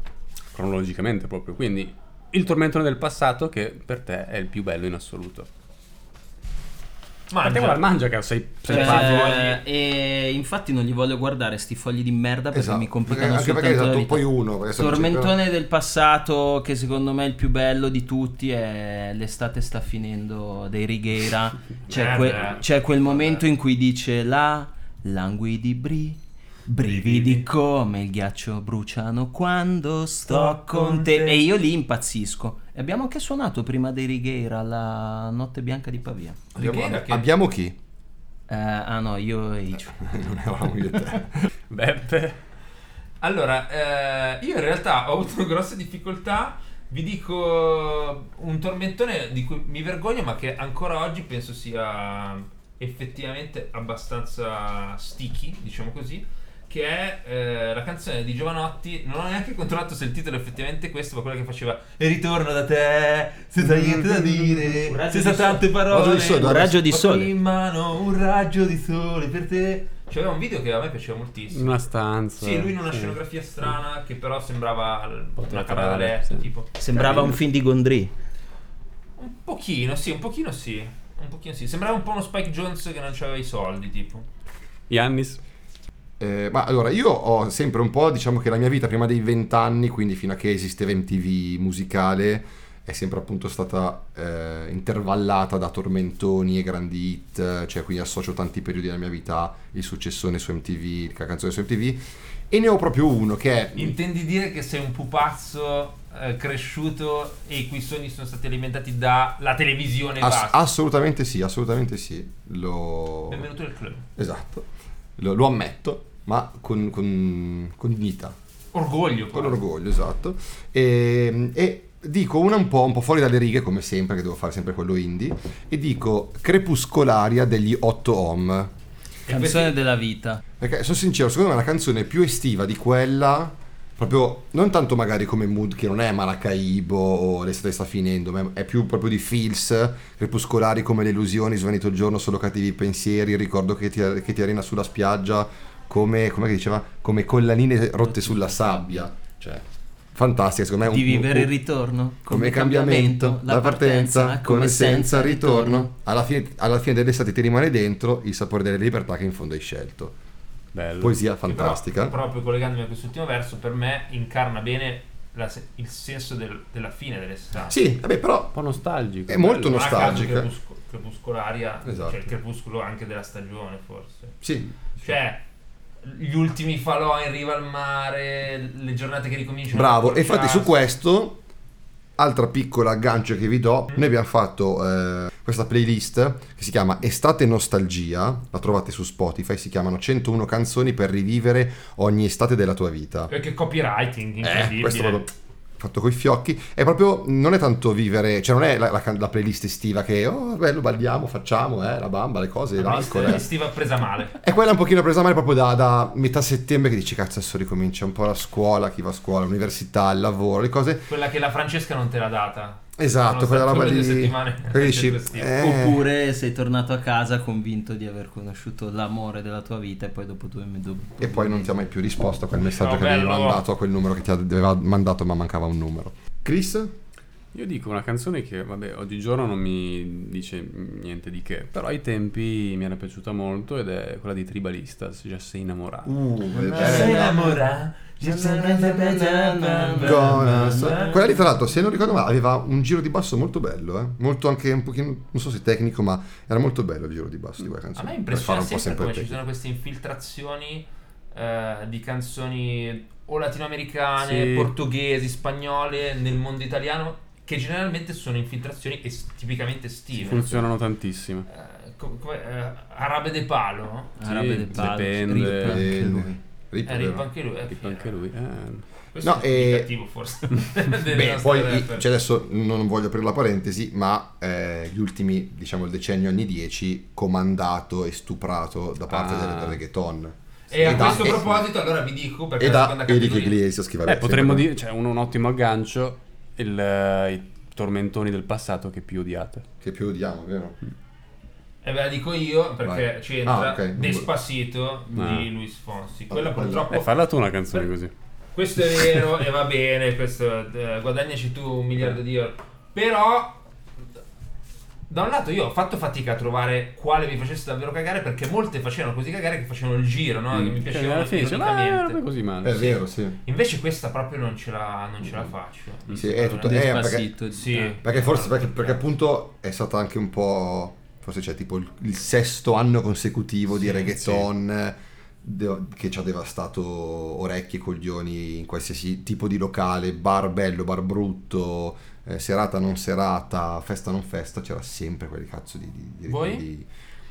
Speaker 2: cronologicamente proprio. Quindi il tormentone del passato che per te è il più bello in assoluto.
Speaker 3: compito. Mangia.
Speaker 2: Partiamo dal mangia che ha sei, sei
Speaker 4: Cioè,
Speaker 1: Eh,
Speaker 2: pagine.
Speaker 1: e infatti non gli voglio guardare sti fogli di merda perché
Speaker 4: Esatto,
Speaker 1: mi complicano
Speaker 4: anche
Speaker 1: soltanto
Speaker 4: perché
Speaker 1: la
Speaker 4: esatto,
Speaker 1: vita.
Speaker 4: poi uno. adesso non c'è,
Speaker 1: Tormentone del passato che secondo me è il più bello di tutti è l'estate sta finendo dei Righeira. C'è, que-
Speaker 3: Merda.
Speaker 1: c'è quel momento in cui dice la langui di bri. Brividi come il ghiaccio bruciano quando sto con te. E io lì impazzisco. E abbiamo anche suonato prima dei Righeira la notte bianca di Pavia.
Speaker 4: però-
Speaker 3: Righiera
Speaker 4: Abbiamo,
Speaker 3: che-
Speaker 4: abbiamo chi? [laughs]
Speaker 1: Eh, ah no, io e
Speaker 4: Eh,
Speaker 1: Icio.
Speaker 4: non eravamo io e te.
Speaker 2: Beppe.
Speaker 3: Allora, eh, io in realtà ho avuto grosse difficoltà. Vi dico un tormentone di cui mi vergogno, ma che ancora oggi penso sia effettivamente abbastanza sticky, diciamo così. Che è eh, la canzone di Giovanotti. Non ho neanche controllato se il titolo è effettivamente questo, ma quella che faceva E ritorno da te, senza niente da
Speaker 1: Un
Speaker 3: dire,
Speaker 1: raggio
Speaker 3: senza
Speaker 1: di sole.
Speaker 3: tante
Speaker 4: Raggio
Speaker 3: parole.
Speaker 4: di sole,
Speaker 1: Un raggio di
Speaker 3: Ho
Speaker 1: sole.
Speaker 3: in mano un raggio di sole per te. C'aveva Cioè, un video che a me piaceva moltissimo.
Speaker 2: Una stanza.
Speaker 3: Sì, lui in una scenografia strana che però sembrava l- una camera da
Speaker 2: teatrale,
Speaker 3: letto,
Speaker 2: sì.
Speaker 3: tipo.
Speaker 1: Sembrava un film di Gondry.
Speaker 3: Un pochino, sì, un pochino sì. Un pochino sì. Sembrava un po' uno Spike Jones che non aveva i soldi, tipo.
Speaker 2: Yannis.
Speaker 4: Eh, ma allora io ho sempre un po', diciamo che la mia vita prima dei vent'anni, quindi fino a che esisteva MTV musicale, è sempre appunto stata eh, intervallata da tormentoni e grandi hit, cioè quindi associo tanti periodi della mia vita, il successone su MTV, la canzone su MTV, e ne ho proprio uno che è...
Speaker 3: Intendi dire che sei un pupazzo eh, cresciuto e i cui sogni sono stati alimentati dalla televisione e
Speaker 4: ass- ah.
Speaker 3: basta.
Speaker 4: assolutamente sì, assolutamente sì. Lo...
Speaker 3: Benvenuto nel club.
Speaker 4: Esatto, lo, lo ammetto, ma con, con, con dignità.
Speaker 3: Orgoglio,
Speaker 4: Con
Speaker 3: quasi.
Speaker 4: orgoglio, esatto. E, e dico una un po', un po' fuori dalle righe, come sempre, che devo fare sempre quello indie, e dico Crepuscolaria degli 8 Ohm.
Speaker 1: Canzone della vita.
Speaker 4: Perché sono sincero, secondo me è la canzone più estiva di quella, proprio non tanto magari come mood che non è Maracaibo o l'estate sta finendo, ma è più proprio di feels crepuscolari come le illusioni, svanito il giorno, solo cattivi pensieri, il ricordo che ti, che ti arena sulla spiaggia, come, com'è che diceva, come collanine rotte sulla sabbia. Cioè, fantastica, secondo me è un
Speaker 1: Di
Speaker 4: un-
Speaker 1: vivere
Speaker 4: un-
Speaker 1: il ritorno
Speaker 4: come cambiamento, la partenza, come senza ritorno. Alla fine, alla fine dell'estate ti rimane dentro il sapore della libertà che in fondo hai scelto.
Speaker 2: Bello.
Speaker 4: Poesia
Speaker 3: Che però,
Speaker 4: fantastica.
Speaker 3: proprio collegandomi a quest'ultimo verso, per me incarna bene la se- il senso del- della fine dell'estate.
Speaker 4: Sì, vabbè, però
Speaker 2: Un po' nostalgico.
Speaker 4: È molto
Speaker 2: bello.
Speaker 3: Non a caso
Speaker 4: nostalgica.
Speaker 3: crepusco- crepuscolaria,
Speaker 4: eh. Esatto.
Speaker 3: cioè il crepuscolo anche della stagione, forse.
Speaker 4: sì.
Speaker 3: Cioè, gli ultimi falò in riva al mare, le giornate che ricominciano.
Speaker 4: Bravo.
Speaker 3: a
Speaker 4: E infatti su
Speaker 3: accorciarsi.
Speaker 4: questo altra piccola aggancio che vi do, noi abbiamo fatto eh, questa playlist che si chiama Estate Nostalgia, la trovate su Spotify, si chiamano 101 canzoni per rivivere ogni estate della tua vita.
Speaker 3: Perché copywriting,
Speaker 4: Eh,
Speaker 3: incredibile.
Speaker 4: questo proprio fatto coi fiocchi è proprio non è tanto vivere cioè non è la, la can- la playlist estiva che oh bello balliamo facciamo eh, la bamba le cose
Speaker 3: La
Speaker 4: l'alcol
Speaker 3: playlist
Speaker 4: eh.
Speaker 3: estiva presa male.
Speaker 4: E quella un pochino presa male proprio da, da metà settembre che dici cazzo adesso ricomincia un po' la scuola, chi va a scuola, l'università, il lavoro, le cose.
Speaker 3: Quella che la Francesca non te l'ha data.
Speaker 4: Esatto,
Speaker 3: Sono
Speaker 4: quella
Speaker 3: stato
Speaker 4: roba
Speaker 3: due
Speaker 4: di...
Speaker 3: settimane.
Speaker 4: quelli
Speaker 3: [laughs]
Speaker 4: dici,
Speaker 3: Sì.
Speaker 4: eh,
Speaker 1: Oppure sei tornato a casa convinto di aver conosciuto l'amore della tua vita e poi dopo due mesi dopo
Speaker 4: E poi non ti ha mai più risposto a quel messaggio
Speaker 3: No,
Speaker 4: che avevi
Speaker 3: bello.
Speaker 4: mandato, a quel numero che ti aveva mandato ma mancava un numero. Chris?
Speaker 2: Io dico una canzone che, vabbè, oggigiorno non mi dice niente di che, però ai tempi mi era piaciuta molto ed è quella di Tribalistas, già sei innamorato.
Speaker 3: Mm.
Speaker 4: Uh,
Speaker 3: Sei
Speaker 4: eh,
Speaker 3: innamorata, ci sono le belle-
Speaker 4: Gonna- Quella lì tra l'altro, se non ricordo male, aveva un giro di basso molto bello, eh. Molto anche un pochino, non so se tecnico, ma era molto bello il giro di basso di quella
Speaker 3: A
Speaker 4: canzone.
Speaker 3: me
Speaker 4: per fare
Speaker 3: impressiona
Speaker 4: un po'
Speaker 3: sempre, come ci
Speaker 4: tecnico.
Speaker 3: sono queste infiltrazioni eh, di canzoni o latinoamericane,
Speaker 2: Sì.
Speaker 3: portoghesi, spagnole nel mondo italiano che generalmente sono infiltrazioni es- tipicamente estive.
Speaker 2: Funzionano tantissimo.
Speaker 3: Eh, co- come, eh, Arabe de Palo.
Speaker 1: Arabe Ah, del Palo,
Speaker 2: dipende.
Speaker 1: Rip anche
Speaker 4: Dipende.
Speaker 1: lui.
Speaker 4: Rip,
Speaker 3: Eh,
Speaker 4: vero?
Speaker 3: Rip anche lui. eh,
Speaker 2: Tipo
Speaker 3: figa.
Speaker 2: anche lui. eh.
Speaker 3: Questo
Speaker 4: No,
Speaker 3: è il
Speaker 4: eh,
Speaker 3: cattivo
Speaker 4: [laughs]
Speaker 3: forse. delle
Speaker 4: Beh,
Speaker 3: nostre
Speaker 4: poi i-
Speaker 3: rapper.
Speaker 4: cioè adesso non voglio aprire la parentesi, ma eh, gli ultimi, diciamo, il decennio anni 10, comandato e stuprato da parte
Speaker 2: Ah.
Speaker 4: del del reggaeton.
Speaker 3: E a
Speaker 4: da-
Speaker 3: questo
Speaker 4: e-
Speaker 3: proposito, allora vi dico perché
Speaker 4: E
Speaker 3: la
Speaker 4: da
Speaker 3: seconda
Speaker 4: Eric
Speaker 3: categoria-
Speaker 4: Iglesias che va
Speaker 2: Beh, Eh, potremmo dire, c'è un, un ottimo aggancio, il, eh, i tormentoni del passato che più odiate.
Speaker 4: Che più odiamo, vero?
Speaker 3: Eh ve la dico io perché
Speaker 4: Vai.
Speaker 3: c'entra
Speaker 4: Ah, ok.
Speaker 3: Despacito di
Speaker 2: Ah.
Speaker 3: Luis Fonsi. Quella
Speaker 4: Vabbè,
Speaker 3: purtroppo.
Speaker 2: Eh, falla tu una canzone così.
Speaker 3: Questo è vero e va bene, questo, eh, guadagnaci tu un miliardo di euro. Però, da un lato, io ho fatto fatica a trovare quale mi facesse davvero cagare perché molte facevano così cagare che facevano il giro, no? Che mi
Speaker 2: Cioè,
Speaker 3: piacevano
Speaker 2: alla fine dice, "Ma
Speaker 3: ironicamente.
Speaker 2: non è così male.
Speaker 4: È vero, sì.
Speaker 3: Invece questa proprio non ce la, non ce
Speaker 2: Mm.
Speaker 3: la faccio. Mi
Speaker 4: Sì,
Speaker 3: sembra
Speaker 4: è tutto-
Speaker 3: veramente-
Speaker 4: eh,
Speaker 1: Despacito, di-
Speaker 3: Sì.
Speaker 4: Perché forse, perché, perché appunto è stata anche un po', forse c'è tipo il, il sesto anno consecutivo di
Speaker 2: Sì,
Speaker 4: reggaeton de- che ci ha devastato orecchie, coglioni in qualsiasi tipo di locale, bar bello, bar brutto, eh, serata non serata, festa non festa, c'era sempre quel cazzo di... di, di-
Speaker 3: Voi?
Speaker 4: di-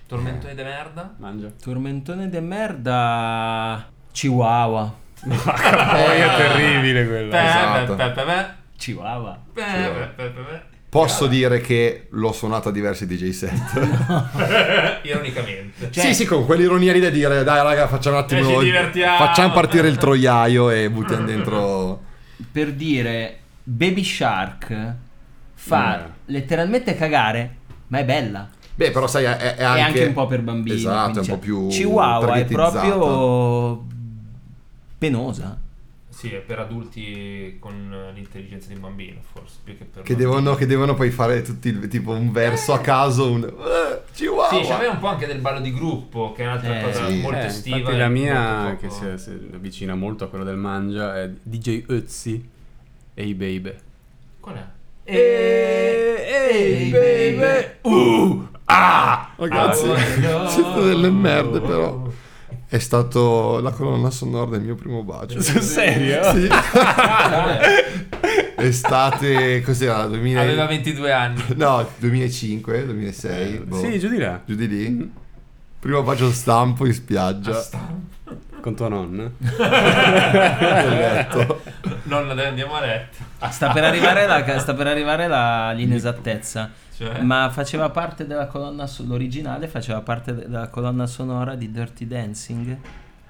Speaker 3: Tormentone de merda.
Speaker 2: Mangia.
Speaker 1: Tormentone de merda
Speaker 2: [laughs]
Speaker 1: Chihuahua Eh,
Speaker 2: Poi è terribile
Speaker 3: Eh,
Speaker 2: quella.
Speaker 4: Esatto.
Speaker 3: Pe, pe, pe, pe,
Speaker 1: Chihuahua
Speaker 3: pe, pe, pe, pe, pe.
Speaker 4: Posso dire che l'ho suonata a diversi
Speaker 3: [laughs]
Speaker 4: DJ set.
Speaker 3: Ironicamente.
Speaker 1: Cioè-
Speaker 4: [laughs] sì, sì, con quell'ironia lì da dire, dai raga, facciamo un
Speaker 3: Eh, ci
Speaker 4: attimo...
Speaker 3: divertiamo."
Speaker 4: facciamo partire
Speaker 3: [laughs]
Speaker 4: il troiaio e buttiamo dentro...
Speaker 1: Per dire Baby Shark fa
Speaker 4: Eh.
Speaker 2: Mm.
Speaker 1: letteralmente cagare ma è bella
Speaker 4: Beh, però sai, è, è anche...
Speaker 1: è anche un po' per bambini
Speaker 4: Esatto,
Speaker 1: quindi,
Speaker 4: è un
Speaker 1: cioè,
Speaker 4: po' più...
Speaker 1: Chihuahua è
Speaker 4: targetizzata.
Speaker 1: proprio penosa
Speaker 3: Sì, è per adulti con eh, l'intelligenza di un bambino, forse, più che per
Speaker 4: Che
Speaker 3: bambini.
Speaker 4: devono, che devono poi fare tutti il- tipo un verso a caso, un... eh, Chihuahua!
Speaker 3: Sì, c'aveva un po' anche del ballo di gruppo, che è un'altra
Speaker 1: Eh,
Speaker 3: cosa
Speaker 4: sì.
Speaker 3: molto
Speaker 2: Eh,
Speaker 3: estiva.
Speaker 2: infatti la
Speaker 3: e
Speaker 2: mia,
Speaker 3: molto
Speaker 2: che
Speaker 3: poco-
Speaker 2: si, si avvicina molto a quella del mangia, è DJ Ötzi e i baby.
Speaker 3: Qual
Speaker 2: [laughs]
Speaker 3: è?
Speaker 2: Ehi, baby!
Speaker 4: Eh, Uh! Ah! Ragazzi,
Speaker 3: Ah,
Speaker 4: [laughs]
Speaker 3: no.
Speaker 4: siete delle merde però. È stato la colonna sonora del mio primo bacio.
Speaker 2: Sul serio?
Speaker 4: [laughs] Sì. Estate, cos'era? 2000...
Speaker 3: Aveva 22 anni.
Speaker 2: [laughs]
Speaker 4: No, 2005, 2006. boh.
Speaker 2: Sì, giù di là,
Speaker 4: Giù di lì. Primo bacio stampo in
Speaker 3: Ah,
Speaker 4: spiaggia.
Speaker 2: con tua nonna.
Speaker 4: Nel letto.
Speaker 3: Nonna, dai, andiamo a letto.
Speaker 1: Ah, sta per arrivare la, sta per arrivare la- l'inesattezza
Speaker 3: Cioè?
Speaker 1: ma faceva parte della colonna so- l'originale faceva parte de- della colonna sonora di Dirty Dancing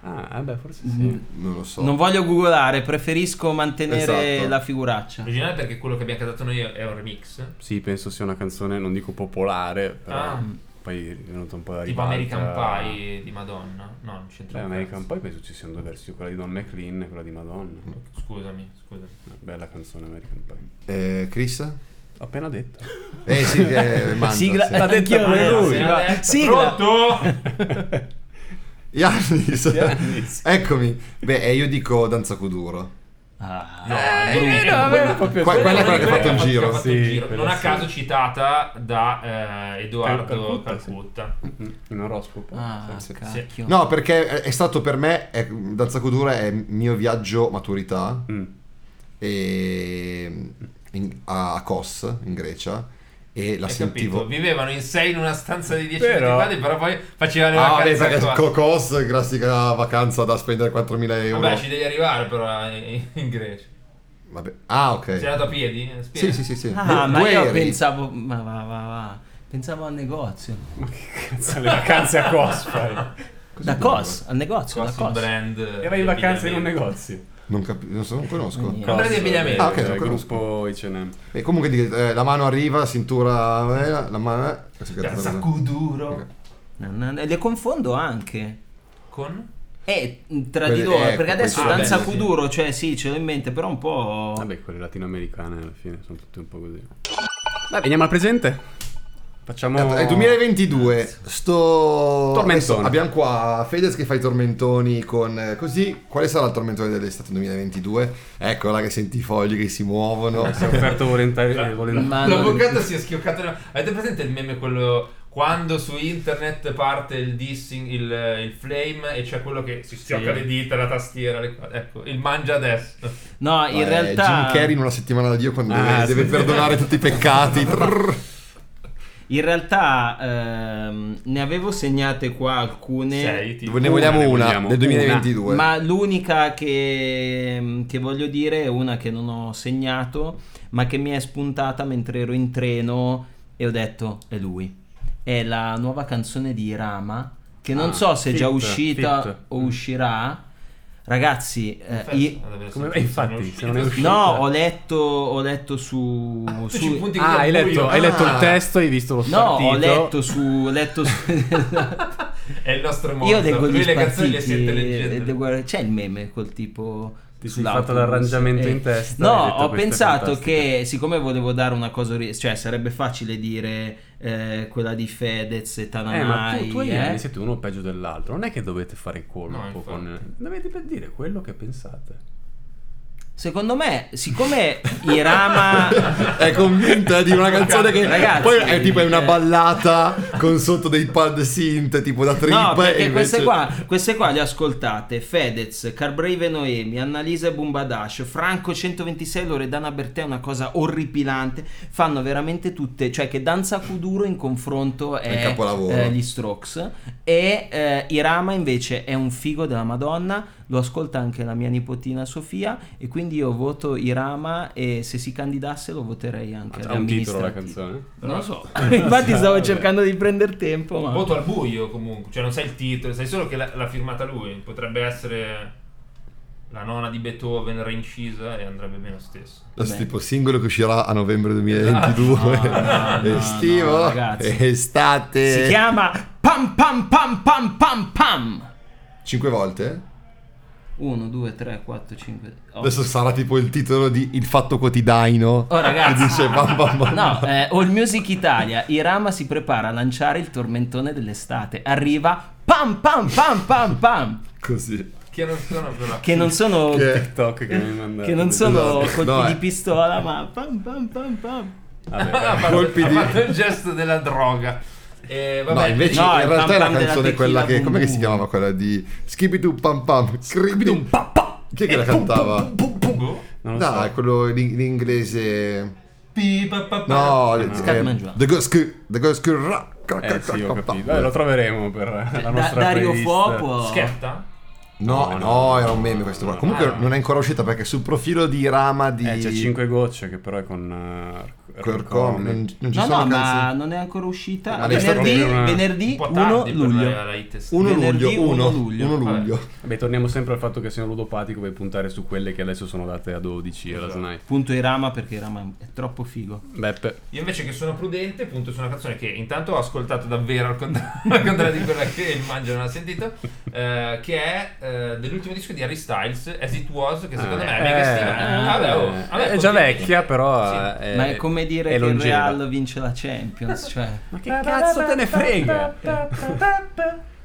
Speaker 2: Ah, vabbè, forse sì.
Speaker 4: Non lo so.
Speaker 1: non voglio googolare preferisco mantenere
Speaker 4: Esatto.
Speaker 1: la figuraccia
Speaker 3: Originale perché quello che abbiamo cantato noi è un remix.
Speaker 2: Sì, penso sia una canzone, non dico popolare, però
Speaker 3: Ah.
Speaker 2: poi è venuta un po' da
Speaker 3: Tipo
Speaker 2: ribalta.
Speaker 3: American Pie di Madonna. No, non c'entra
Speaker 2: Beh,
Speaker 3: un
Speaker 2: American
Speaker 3: cazzo.
Speaker 2: Pie penso ci siano due versioni, quella di Don McLean e quella di Madonna.
Speaker 4: Mm.
Speaker 3: Scusami, scusami.
Speaker 2: Una Bella canzone American Pie.
Speaker 4: Eh, Chris?
Speaker 2: Ho appena
Speaker 3: [laughs]
Speaker 2: detto.
Speaker 4: Eh
Speaker 1: [laughs]
Speaker 4: sì, che mangia,
Speaker 1: Sigla-
Speaker 4: sì.
Speaker 1: L'ha detto
Speaker 2: Anch'io,
Speaker 1: male, sì,
Speaker 2: lui,
Speaker 3: Sì,
Speaker 1: va.
Speaker 3: adesso-
Speaker 1: Sigla.
Speaker 3: Pronto?
Speaker 4: Yannis.
Speaker 2: Yannis.
Speaker 4: Eccomi. Beh, eh, io dico Danza Kuduro.
Speaker 1: Ah,
Speaker 2: Eh,
Speaker 3: No,
Speaker 1: brutto.
Speaker 3: vero,
Speaker 2: Quella-
Speaker 3: vero.
Speaker 2: proprio-
Speaker 4: Qua- quella è quella che ha
Speaker 3: Quella
Speaker 4: fatto un
Speaker 3: che
Speaker 4: giro.
Speaker 3: ha fatto
Speaker 2: Sì,
Speaker 3: un giro. Non
Speaker 2: quella
Speaker 3: a
Speaker 2: sì.
Speaker 3: caso citata da eh, Edoardo
Speaker 2: Calcutta, sì.
Speaker 3: Calcutta.
Speaker 2: In oroscopo.
Speaker 1: Ah,
Speaker 2: Sì, sì.
Speaker 1: cacchio.
Speaker 4: No, perché è- è stato per me, è- Danza Kuduro è mio viaggio maturità
Speaker 2: Mm.
Speaker 4: e- in- a Kos, in Grecia, e la
Speaker 3: Hai
Speaker 4: sentivo...
Speaker 3: capito? Vivevano in sei in una stanza di 10
Speaker 2: Però-
Speaker 3: metri quadri, però poi facevano le
Speaker 4: Ah, beh,
Speaker 3: vacanze
Speaker 4: perché
Speaker 3: qua.
Speaker 4: co- Kos, classica vacanza da spendere 4.000 euro.
Speaker 3: Vabbè, ci devi arrivare però in, in Grecia.
Speaker 4: Vabbè. Ah,
Speaker 3: Sei
Speaker 4: ok.
Speaker 3: andato a piedi? Eh, Spiega.
Speaker 4: Sì, sì, sì, sì.
Speaker 1: Ah,
Speaker 4: Du-
Speaker 1: ma
Speaker 4: due
Speaker 1: io
Speaker 4: aerei.
Speaker 1: pensavo. Ma va, va, va. Pensavo al negozio.
Speaker 2: Ma che cazzo, le vacanze a Cosplay?
Speaker 1: da
Speaker 3: [laughs]
Speaker 4: dico?
Speaker 1: cos, al negozio,
Speaker 3: Quasi
Speaker 1: da cos.
Speaker 3: brand. eh,
Speaker 2: Era in
Speaker 3: di
Speaker 2: vacanza in un
Speaker 3: abbigliamento.
Speaker 2: negozio.
Speaker 4: Non, capi- non, so, non
Speaker 2: Eh,
Speaker 4: conosco.
Speaker 1: Quindi-
Speaker 3: Comprati
Speaker 2: Cos-
Speaker 3: abbigliamento.
Speaker 4: Ah, ok,
Speaker 2: eh,
Speaker 4: non conosco.
Speaker 2: gruppo H&M.
Speaker 4: E comunque di- eh, la mano arriva, cintura, eh, la, la mano... eh, questa è
Speaker 3: Dal
Speaker 4: cosa.
Speaker 3: Sakuduro.
Speaker 4: Ok.
Speaker 1: No, no, no, le confondo anche.
Speaker 3: Con?
Speaker 1: Eh, tra
Speaker 4: Quelle-
Speaker 1: di loro,
Speaker 4: ecco,
Speaker 1: perché adesso
Speaker 3: quelle- ah,
Speaker 1: danza
Speaker 3: beh, sì.
Speaker 1: Kuduro, cioè sì, ce l'ho in mente, però un po'...
Speaker 2: Vabbè, quelle latinoamericane alla fine sono tutte un po' così. Vabbè, veniamo al presente. Facciamo...
Speaker 4: Eh, 2022, sto...
Speaker 2: Tormentone.
Speaker 4: adesso Abbiamo qua Fedez che fa i tormentoni con... eh, Così, quale sarà il tormentone dell'estate 2022? Eccola che senti i fogli che si muovono.
Speaker 2: Eh, Si è offerto eh, volentieri. volentieri.
Speaker 1: Ma non-
Speaker 3: L'avvocato si è schioccato. nella- Avete presente il meme quello quando su internet parte il dissing, il, il flame e c'è quello che si schiocca
Speaker 1: Sì.
Speaker 3: le dita, la tastiera, le cose. Ecco, il mangia adesso.
Speaker 1: No,
Speaker 4: Eh,
Speaker 1: in realtà...
Speaker 4: Jim Carrey in una settimana da Dio quando
Speaker 2: Ah,
Speaker 4: deve, deve
Speaker 2: sì.
Speaker 4: perdonare tutti
Speaker 2: [laughs]
Speaker 4: i peccati. Trrr.
Speaker 1: In realtà ehm, ne avevo segnate qua alcune,
Speaker 3: Sei, tipo.
Speaker 4: ne vogliamo
Speaker 2: ne
Speaker 4: una,
Speaker 2: vogliamo
Speaker 4: del 2022.
Speaker 1: ma l'unica che, che voglio dire è una che non ho segnato, ma che mi è spuntata mentre ero in treno e ho detto è lui. È la nuova canzone di Irama, che non
Speaker 2: Ah,
Speaker 1: so se è già
Speaker 2: fit,
Speaker 1: uscita
Speaker 2: fit.
Speaker 1: o uscirà. Ragazzi, eh,
Speaker 3: Perfetto,
Speaker 1: i-
Speaker 3: ad aver
Speaker 2: Come-
Speaker 3: sentito,
Speaker 2: eh, infatti,
Speaker 3: sono
Speaker 2: se non è uscito.
Speaker 3: uscito.
Speaker 1: no, ho letto, ho letto su...
Speaker 3: Ah, tu
Speaker 1: su-
Speaker 3: ci punti
Speaker 2: Ah,
Speaker 3: così
Speaker 2: hai
Speaker 3: al
Speaker 2: letto,
Speaker 3: buio.
Speaker 2: hai letto il
Speaker 4: Ah.
Speaker 2: testo, hai visto lo
Speaker 1: no,
Speaker 2: spartito.
Speaker 1: ho letto su... Ho letto
Speaker 2: [laughs]
Speaker 1: su... [laughs]
Speaker 3: È il nostro mondo.
Speaker 1: Io leggo gli
Speaker 3: Lui le canzoni le
Speaker 1: spartiti
Speaker 3: sente
Speaker 1: e
Speaker 3: leggende.
Speaker 1: devo guardare- c'è il meme col tipo
Speaker 2: Ti sei
Speaker 1: sull'autobus,
Speaker 2: fatto l'arrangiamento
Speaker 1: eh.
Speaker 2: in testa.
Speaker 1: No,
Speaker 2: e hai detto,
Speaker 1: ho
Speaker 2: "Questa è
Speaker 1: pensato
Speaker 2: fantastica".
Speaker 1: che siccome volevo dare una cosa, ori- cioè sarebbe facile dire eh, quella di Fedez e
Speaker 2: Eh, ma tu,
Speaker 1: Tananai,
Speaker 2: tu e
Speaker 1: eh.
Speaker 2: Ian siete uno peggio dell'altro. Non è che dovete fare il
Speaker 3: No,
Speaker 2: colpo
Speaker 3: infatti.
Speaker 2: con. Dovete per dire quello che pensate.
Speaker 1: Secondo me, siccome Irama
Speaker 2: [laughs]
Speaker 4: è convinta di Cioè, una canzone che
Speaker 1: Ragazzi,
Speaker 4: poi è tipo è una
Speaker 1: eh.
Speaker 4: ballata con sotto dei pad synth tipo da trip
Speaker 1: No, perché
Speaker 4: e
Speaker 1: queste,
Speaker 4: invece-
Speaker 1: qua, queste qua le ascoltate: Fedez, Carbrave Noemi, Annalisa e Bumbadash, Franco 126, Loredana Bertè, una cosa orripilante. Fanno veramente tutte, cioè che Danza Kuduro in confronto
Speaker 4: È il
Speaker 1: è,
Speaker 4: capolavoro.
Speaker 1: eh, gli Strokes e eh, Irama invece è un figo della Madonna, lo ascolta anche la mia nipotina Sofia e quindi io voto Irama e se si candidasse lo voterei anche.
Speaker 2: Ha
Speaker 1: alle
Speaker 2: un titolo la
Speaker 1: amministrative.
Speaker 2: canzone?
Speaker 1: Non lo so, [laughs] infatti stavo cercando di prendere tempo, ma...
Speaker 3: Voto al buio comunque, cioè non sai il titolo, sai solo che l'ha, l'ha firmata lui. Potrebbe essere la nona di Beethoven reincisa e andrebbe bene lo stesso.
Speaker 4: Questo
Speaker 1: Beh.
Speaker 4: tipo singolo che uscirà a novembre 2022
Speaker 1: Ah, no, no, no,
Speaker 4: [laughs] estivo
Speaker 1: ragazzi.
Speaker 4: estate
Speaker 1: Si chiama Pam Pam Pam Pam Pam Pam.
Speaker 4: 5 volte
Speaker 1: 1, 2, 3, 4, 5.
Speaker 4: adesso sarà tipo il titolo di Il fatto quotidiano
Speaker 1: Oh ragazzi.
Speaker 4: che dice bam bam bam
Speaker 1: No, eh, All Music Italia, Irama si prepara a lanciare il tormentone dell'estate. Arriva Pam Pam Pam Pam Pam.
Speaker 4: così
Speaker 3: Che non sono però.
Speaker 1: Che non sono. Che,
Speaker 4: che
Speaker 2: TikTok che mi mandate.
Speaker 1: non sono
Speaker 4: Esatto.
Speaker 1: colpi
Speaker 4: No, eh.
Speaker 1: di pistola, ma pam pam pam pam. [laughs]
Speaker 2: Vabbè.
Speaker 3: ha fatto,
Speaker 4: Colpi
Speaker 3: ha
Speaker 4: di-
Speaker 3: fatto il gesto della droga. Eh, vabbè,
Speaker 4: no, invece
Speaker 1: no,
Speaker 4: in
Speaker 1: il
Speaker 4: realtà è la
Speaker 1: pam pam della
Speaker 4: canzone quella che
Speaker 1: tequila
Speaker 4: com'è che
Speaker 1: bum
Speaker 4: si
Speaker 1: bum.
Speaker 4: chiamava quella di Skibidoo pam pam Skibidoo pam pam chi è che la cantava?
Speaker 3: Boh.
Speaker 2: Non lo
Speaker 4: No,
Speaker 2: so.
Speaker 4: è quello in, in inglese.
Speaker 3: Pi, pa, pa, pa.
Speaker 4: No, eh,
Speaker 1: Scatman Joe.
Speaker 4: The Ghost Cr- The Ghost Cr- ra- ca- ca-
Speaker 2: Eh sì, ho
Speaker 4: ca-
Speaker 2: capito.
Speaker 4: ca-
Speaker 2: Eh, lo troveremo per la
Speaker 1: Da-
Speaker 2: nostra
Speaker 1: Dario
Speaker 2: playlist.
Speaker 1: Fuoco.
Speaker 3: Schietta?
Speaker 4: No,
Speaker 2: No, no,
Speaker 4: no, era un meme questo qua.
Speaker 2: no.
Speaker 4: Comunque
Speaker 3: Ah, no.
Speaker 4: non è ancora uscita perché sul profilo di Rama di
Speaker 2: Eh, c'è 5 gocce che però è con eh,
Speaker 4: Quirk
Speaker 2: Corcomi.
Speaker 4: Comi, non, non ci
Speaker 1: No,
Speaker 4: sono
Speaker 1: no, ma
Speaker 4: canzoni.
Speaker 1: non è ancora uscita.
Speaker 4: Ma lei sta
Speaker 1: venerdì,
Speaker 2: proprio una-
Speaker 1: venerdì
Speaker 3: Un po'
Speaker 1: 1
Speaker 3: tardi per
Speaker 1: luglio.
Speaker 3: la, la hit test.
Speaker 4: 1
Speaker 1: venerdì
Speaker 4: luglio, 1
Speaker 1: uno luglio.
Speaker 4: luglio. 1
Speaker 3: Vabbè.
Speaker 4: luglio.
Speaker 2: Vabbè, torniamo sempre al fatto che sei un ludopatico per puntare su quelle che adesso sono date a 12 alla
Speaker 3: Esatto.
Speaker 2: SNAI.
Speaker 1: Punto Irama perché Irama è troppo figo.
Speaker 2: Beppe,
Speaker 3: Io invece che sono prudente, punto su una canzone che intanto ho ascoltato davvero al contrario, [laughs] al contrario di quella che il Mangia non ha sentito, eh, che è eh, dell'ultimo disco di Harry Styles, As It Was,
Speaker 1: Eh,
Speaker 3: che secondo me è mega stima.
Speaker 2: eh,
Speaker 3: Vabbè, oh,
Speaker 2: eh,
Speaker 3: vabbè,
Speaker 2: è già
Speaker 3: continui.
Speaker 2: vecchia, però
Speaker 3: Sì.
Speaker 2: eh,
Speaker 1: ma è come dire
Speaker 2: è
Speaker 1: che il
Speaker 2: longeva.
Speaker 1: Real vince la Champions, cioè.
Speaker 2: Ma che cazzo te ne frega?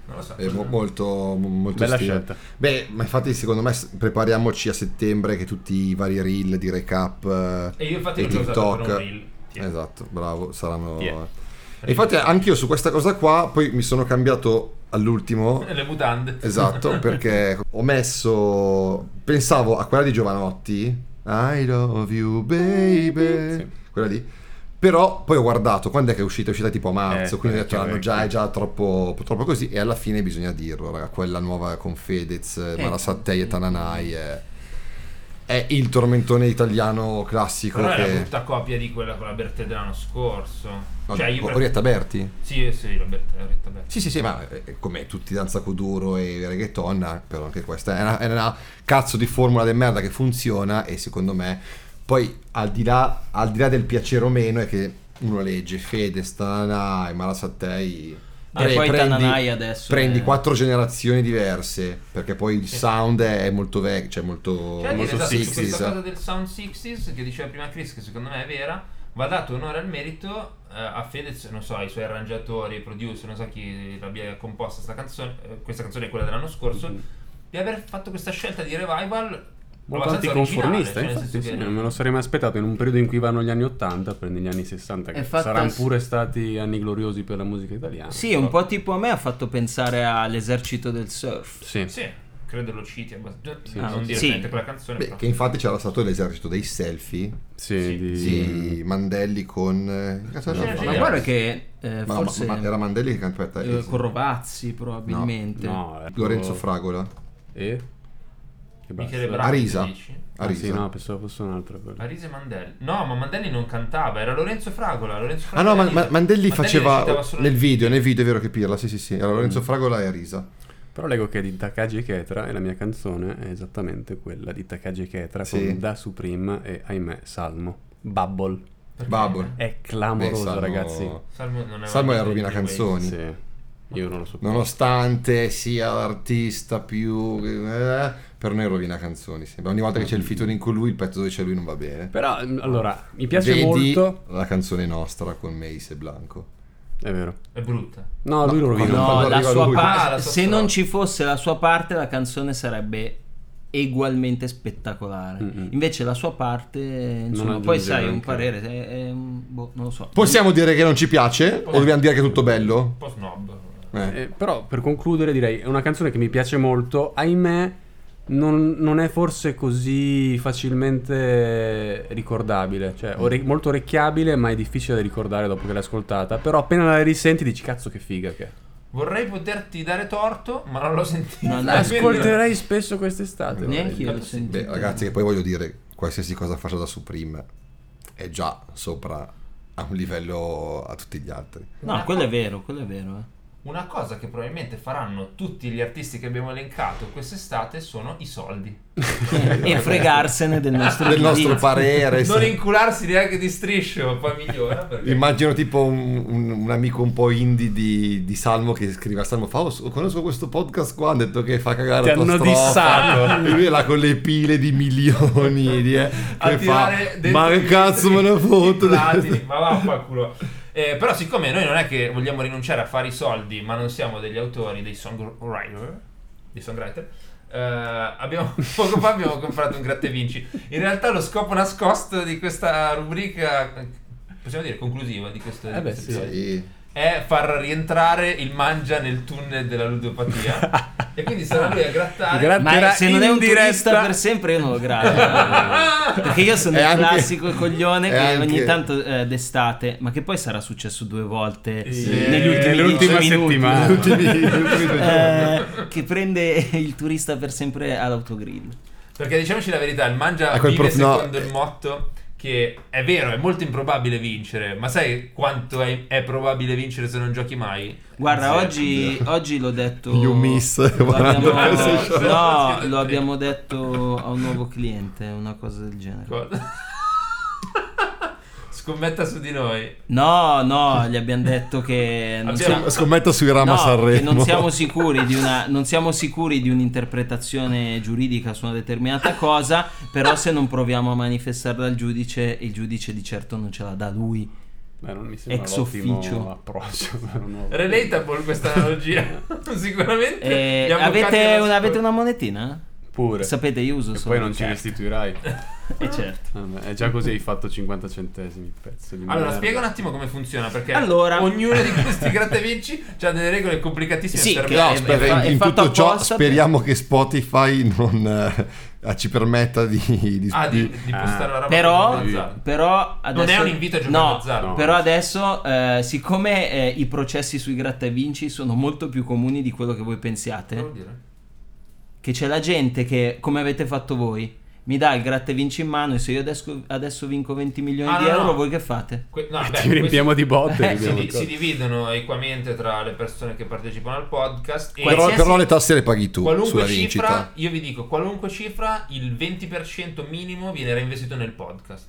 Speaker 3: Non lo so.
Speaker 4: È mo- molto molto
Speaker 2: Bella
Speaker 4: stile.
Speaker 2: scelta.
Speaker 4: Beh, ma infatti secondo me s- prepariamoci a settembre che tutti i vari reel di recap eh,
Speaker 3: E io infatti
Speaker 4: e
Speaker 3: non l'ho usato per un
Speaker 4: TikTok.
Speaker 3: reel. Sì.
Speaker 4: Esatto, bravo, saranno
Speaker 2: Yeah.
Speaker 4: E infatti anch'io su questa cosa qua poi mi sono cambiato
Speaker 2: [laughs]
Speaker 4: all'ultimo
Speaker 3: Le mutande.
Speaker 4: Esatto, perché ho messo. Pensavo a quella di Giovanotti. I love you, baby.
Speaker 2: Sì.
Speaker 4: Quella lì. Però poi ho guardato quando è che è uscita, è uscita tipo a marzo,
Speaker 2: Eh,
Speaker 4: quindi ho
Speaker 2: parecchio
Speaker 4: detto "Ah,
Speaker 2: vecchia."
Speaker 4: no, già, è già troppo, troppo così e alla fine bisogna dirlo, raga, quella nuova con Fedez, Marasattei e Tananai è, è è il tormentone italiano classico.
Speaker 3: Però è
Speaker 4: che...
Speaker 3: la brutta copia di quella con la Bertè dell'anno scorso.
Speaker 4: No,
Speaker 3: cioè, io.
Speaker 4: boh, Orietta Berti?
Speaker 3: Sì, sì, la Bertè, la Bertè, Bertè.
Speaker 4: Sì, sì, sì, ma eh, come tutti danza Kuduro e reggaeton, però anche questa è una, è una cazzo di formula del merda che funziona e secondo me poi al di là, al di là del piacere o meno è che uno legge Fede, Stananai, Malasattei...
Speaker 1: Ah, e poi Tananai adesso
Speaker 4: prendi
Speaker 1: è-
Speaker 4: quattro generazioni diverse perché poi il sound è molto vecchio, cioè molto,
Speaker 3: Cioè,
Speaker 4: molto
Speaker 3: dire, esatto, su
Speaker 4: 60s.
Speaker 3: questa cosa del Sound Sixes che diceva prima Chris, che secondo me è vera, va dato onore al merito eh, a Fedez, non so, ai suoi arrangiatori, ai producer, non so chi l'abbia composta sta canzone, eh, questa canzone è quella dell'anno scorso,
Speaker 2: Mhm.
Speaker 3: di aver fatto questa scelta di revival
Speaker 2: Molto
Speaker 3: abbastanza originale,
Speaker 2: anticonformista,
Speaker 3: cioè, nel
Speaker 2: infatti,
Speaker 3: senso
Speaker 2: sì,
Speaker 3: che-
Speaker 2: non me lo sarei mai aspettato in un periodo in cui vanno gli anni 80, prendi gli anni 60,
Speaker 1: È
Speaker 2: che
Speaker 1: fatta
Speaker 2: saranno
Speaker 1: s-
Speaker 2: pure stati anni gloriosi per la musica italiana.
Speaker 1: Sì, un po' tipo a me ha fatto pensare all'esercito del surf.
Speaker 2: Sì.
Speaker 3: Sì, credo lo citi abbastanza,
Speaker 2: Sì,
Speaker 3: non
Speaker 2: sì.
Speaker 3: dire
Speaker 1: Sì.
Speaker 3: niente quella canzone,
Speaker 4: Beh,
Speaker 3: però.
Speaker 4: che infatti c'era stato l'esercito dei selfie
Speaker 2: Sì,
Speaker 3: Sì.
Speaker 2: di-
Speaker 4: di Mandelli con... eh, che cazzo
Speaker 3: No,
Speaker 4: era?
Speaker 3: sì,
Speaker 1: Ma
Speaker 3: sì.
Speaker 1: guarda che eh,
Speaker 4: Ma- ma-
Speaker 1: forse
Speaker 4: ma era Mandelli che aspetta,
Speaker 1: eh,
Speaker 4: eh,
Speaker 1: con Rovazzi probabilmente.
Speaker 2: No, ecco-
Speaker 4: Lorenzo Fragola.
Speaker 2: E? Che
Speaker 3: Michele
Speaker 2: basta.
Speaker 3: Braga
Speaker 4: Arisa.
Speaker 3: dici?
Speaker 4: A
Speaker 2: Ah, sì,
Speaker 4: Risa.
Speaker 2: no, pensavo fosse un altro. quello.
Speaker 3: Arisa e Mandelli. No, ma Mandelli non cantava, era Lorenzo Fragola. Lorenzo
Speaker 4: Ah
Speaker 3: Fragola
Speaker 4: no, ma-
Speaker 3: e Arisa.
Speaker 4: ma- Mandelli
Speaker 3: recitava
Speaker 4: faceva
Speaker 3: solo
Speaker 4: nel
Speaker 3: le-
Speaker 4: video, nel video è vero che pirla, sì sì sì, era Lorenzo Fragola e Arisa.
Speaker 2: Però leggo che di Takagi Ketra e la mia canzone è esattamente quella di Takagi Ketra
Speaker 4: Sì.
Speaker 2: con Da Supreme e ahimè Salmo. Bubble.
Speaker 3: Perché?
Speaker 4: Babbo.
Speaker 2: È
Speaker 4: Beh,
Speaker 2: clamoroso,
Speaker 4: Salmo-
Speaker 2: ragazzi.
Speaker 3: Salmo non aveva
Speaker 4: Salmo era
Speaker 3: detto
Speaker 4: rovina
Speaker 3: di quei-
Speaker 4: canzoni.
Speaker 2: Sì. Io non lo so.
Speaker 4: Nonostante sia l'artista più... eh, per noi rovina canzoni, sembra. Ogni volta che c'è il featuring con lui, il pezzo dove c'è lui non va bene.
Speaker 2: Però mm, allora, mi piace
Speaker 4: Vedi
Speaker 2: molto.
Speaker 4: la canzone nostra con Mace e Blanco.
Speaker 2: È vero.
Speaker 3: È brutta.
Speaker 2: No, lui lo rovina.
Speaker 4: quando-
Speaker 1: No,
Speaker 4: quando
Speaker 1: la
Speaker 4: arriva
Speaker 1: sua
Speaker 4: lui.
Speaker 1: pa-
Speaker 3: Ah, la sua
Speaker 1: se
Speaker 3: strada.
Speaker 1: non ci fosse la sua parte, la canzone sarebbe egualmente spettacolare.
Speaker 2: Mm-mm.
Speaker 1: Invece la sua parte, insomma,
Speaker 2: aggiunge
Speaker 1: poi sai, un
Speaker 2: neanche.
Speaker 1: parere, è- è un- boh, non lo so.
Speaker 4: Possiamo dire che non ci piace?
Speaker 3: Eh.
Speaker 4: O dobbiamo dire che è tutto
Speaker 3: Un
Speaker 4: bello?
Speaker 3: po' snob.
Speaker 4: Eh.
Speaker 2: Eh, però per concludere direi è una canzone che mi piace molto, ahimè non, non è forse così facilmente ricordabile, cioè
Speaker 1: Mm.
Speaker 2: ore- molto orecchiabile ma è difficile da ricordare dopo che l'hai ascoltata, però appena la risenti dici cazzo che figa che è.
Speaker 3: Vorrei poterti dare torto, ma non l'ho sentito.
Speaker 1: Non
Speaker 3: Eh, quindi-
Speaker 2: Ascolterai spesso quest'estate.
Speaker 1: Neanche io
Speaker 2: vorrei
Speaker 1: l'ho
Speaker 2: dire.
Speaker 1: sentito.
Speaker 4: Beh, ragazzi, che poi voglio dire, qualsiasi cosa faccia da Supreme è già sopra a un livello a tutti gli altri.
Speaker 1: No, quello è vero, quello è vero. eh.
Speaker 3: Una cosa che probabilmente faranno tutti gli artisti che abbiamo elencato quest'estate sono i soldi.
Speaker 1: eh. [laughs] e fregarsene del nostro
Speaker 4: Del nostro
Speaker 1: giudizio.
Speaker 4: parere.
Speaker 3: Non
Speaker 4: se-
Speaker 3: incularsi neanche di striscio, poi
Speaker 4: [laughs]
Speaker 3: migliora. Perché...
Speaker 4: Immagino tipo un, un- un amico un po' indie di, di Salmo che scrive a Salmo Fausto, conosco questo podcast qua, ha detto che fa cagare
Speaker 2: Ti
Speaker 4: la tua
Speaker 2: hanno
Speaker 4: strofa." [laughs]
Speaker 2: dissato.
Speaker 4: Lui è là con le pile di
Speaker 3: [laughs]
Speaker 4: milioni di, eh,
Speaker 3: a
Speaker 4: che fa,
Speaker 3: tirare dentro
Speaker 4: ma che
Speaker 3: i
Speaker 4: cazzo me ne
Speaker 3: vetri,
Speaker 4: foto
Speaker 3: i platini, ma vaffanculo eh, però siccome noi non è che vogliamo rinunciare a fare i soldi ma non siamo degli autori dei songwriter dei songwriter eh, abbiamo, [laughs] poco fa abbiamo comprato un gratte vinci in realtà lo scopo nascosto di questa rubrica eh, possiamo dire conclusiva di questo
Speaker 2: Eh beh, sì.
Speaker 4: Sì.
Speaker 3: è far rientrare il mangia nel tunnel della
Speaker 2: [laughs]
Speaker 3: ludopatia e quindi sarà lui a grattare
Speaker 2: Grazie.
Speaker 1: Ma
Speaker 2: Era
Speaker 1: se non è
Speaker 2: in
Speaker 1: un turista
Speaker 2: diretta.
Speaker 1: per sempre, io non lo [laughs] grato. perché io sono
Speaker 4: È
Speaker 1: il
Speaker 4: anche-
Speaker 1: classico coglione
Speaker 4: è
Speaker 1: che
Speaker 4: anche-
Speaker 1: ogni tanto eh, d'estate, ma che poi sarà successo due volte
Speaker 2: Sì.
Speaker 1: negli ultimi
Speaker 2: Nell'ultima
Speaker 1: dieci minuti,
Speaker 2: settimana.
Speaker 1: negli
Speaker 4: [laughs]
Speaker 1: ultimi- [laughs]
Speaker 4: Sì, sì, sì.
Speaker 1: eh, che prende il turista per sempre all'autogrill.
Speaker 3: Perché diciamoci la verità, il mangia
Speaker 4: Ah, quel
Speaker 3: vive
Speaker 4: prof- no.
Speaker 3: secondo il motto che è vero, è molto improbabile vincere, ma sai quanto è, è probabile vincere se non giochi mai?
Speaker 1: Guarda,
Speaker 3: Zero.
Speaker 1: oggi, oggi l'ho detto.
Speaker 4: You miss,
Speaker 1: Lo abbiamo,
Speaker 4: [laughs] guardando queste
Speaker 3: shot.
Speaker 1: no, lo abbiamo detto a un nuovo cliente, una cosa del genere.
Speaker 3: Cosa? [laughs] Scommetta su di noi.
Speaker 1: No, no, gli abbiamo detto che non
Speaker 3: Abbiamo-
Speaker 1: siamo,
Speaker 4: Scommetto sui Rama
Speaker 1: no,
Speaker 4: Sanremo.
Speaker 1: che non siamo sicuri di una non siamo sicuri di un'interpretazione giuridica su una determinata cosa, però se non proviamo a manifestarla al giudice, il giudice di certo non ce la dà lui.
Speaker 2: Beh, non mi sembra
Speaker 1: Ex
Speaker 2: un ottimo
Speaker 1: officio.
Speaker 2: approccio. [laughs] per un nuovo-
Speaker 3: Relatable questa analogia. [laughs] Sicuramente.
Speaker 1: Eh,
Speaker 3: gli avvocati
Speaker 1: avete,
Speaker 3: hanno
Speaker 1: una, avete
Speaker 3: scoperto.
Speaker 1: una monetina?
Speaker 2: Pure.
Speaker 1: Sapete, io uso
Speaker 2: E
Speaker 1: solo
Speaker 2: poi non
Speaker 1: le
Speaker 2: ci
Speaker 1: carte.
Speaker 2: restituirai.
Speaker 1: Eh, certo.
Speaker 2: Vabbè, è già così hai fatto 50 centesimi, pezzo di
Speaker 3: Allora,
Speaker 2: merda.
Speaker 3: spiega un attimo come funziona, perché
Speaker 1: Allora-
Speaker 3: ognuno di questi grattavinci ha delle regole complicatissime
Speaker 1: Sì,
Speaker 3: per
Speaker 1: che-
Speaker 4: No,
Speaker 1: Eh,
Speaker 4: spera-
Speaker 1: è fa- è
Speaker 4: in
Speaker 1: fatto
Speaker 4: tutto ciò
Speaker 1: apposta per-
Speaker 4: speriamo che Spotify non eh, ci permetta di, di-
Speaker 3: Ah, di,
Speaker 4: di-
Speaker 3: di postare la roba
Speaker 1: Però,
Speaker 3: per l'azzardo.
Speaker 1: però adesso,
Speaker 3: Non è un invito a giocare
Speaker 1: no,
Speaker 3: all'azzardo.
Speaker 2: No.
Speaker 1: Però adesso, eh, siccome eh, i processi sui gratta e vinci sono molto più comuni di quello che voi
Speaker 3: Cosa vuol
Speaker 1: pensiate,
Speaker 3: dire?
Speaker 1: che c'è la gente che, come avete fatto voi, mi dà il gratta e vinci in mano e se io adesso, adesso vinco 20 milioni
Speaker 3: Ah,
Speaker 1: di
Speaker 3: no, no.
Speaker 1: euro voi che fate?
Speaker 3: Que- no, beh,
Speaker 2: [laughs] Ti riempiamo di
Speaker 3: [laughs]
Speaker 2: botte.
Speaker 1: Eh,
Speaker 3: Si,
Speaker 2: vediamo
Speaker 3: di-
Speaker 2: cosa.
Speaker 3: si dividono equamente tra le persone che partecipano al podcast e
Speaker 4: Però,
Speaker 1: Qualsiasi-
Speaker 4: però le tasse le paghi tu
Speaker 3: qualunque
Speaker 4: sulla
Speaker 3: cifra,
Speaker 4: vincita.
Speaker 3: io vi dico, qualunque cifra, il 20% minimo viene reinvestito nel podcast.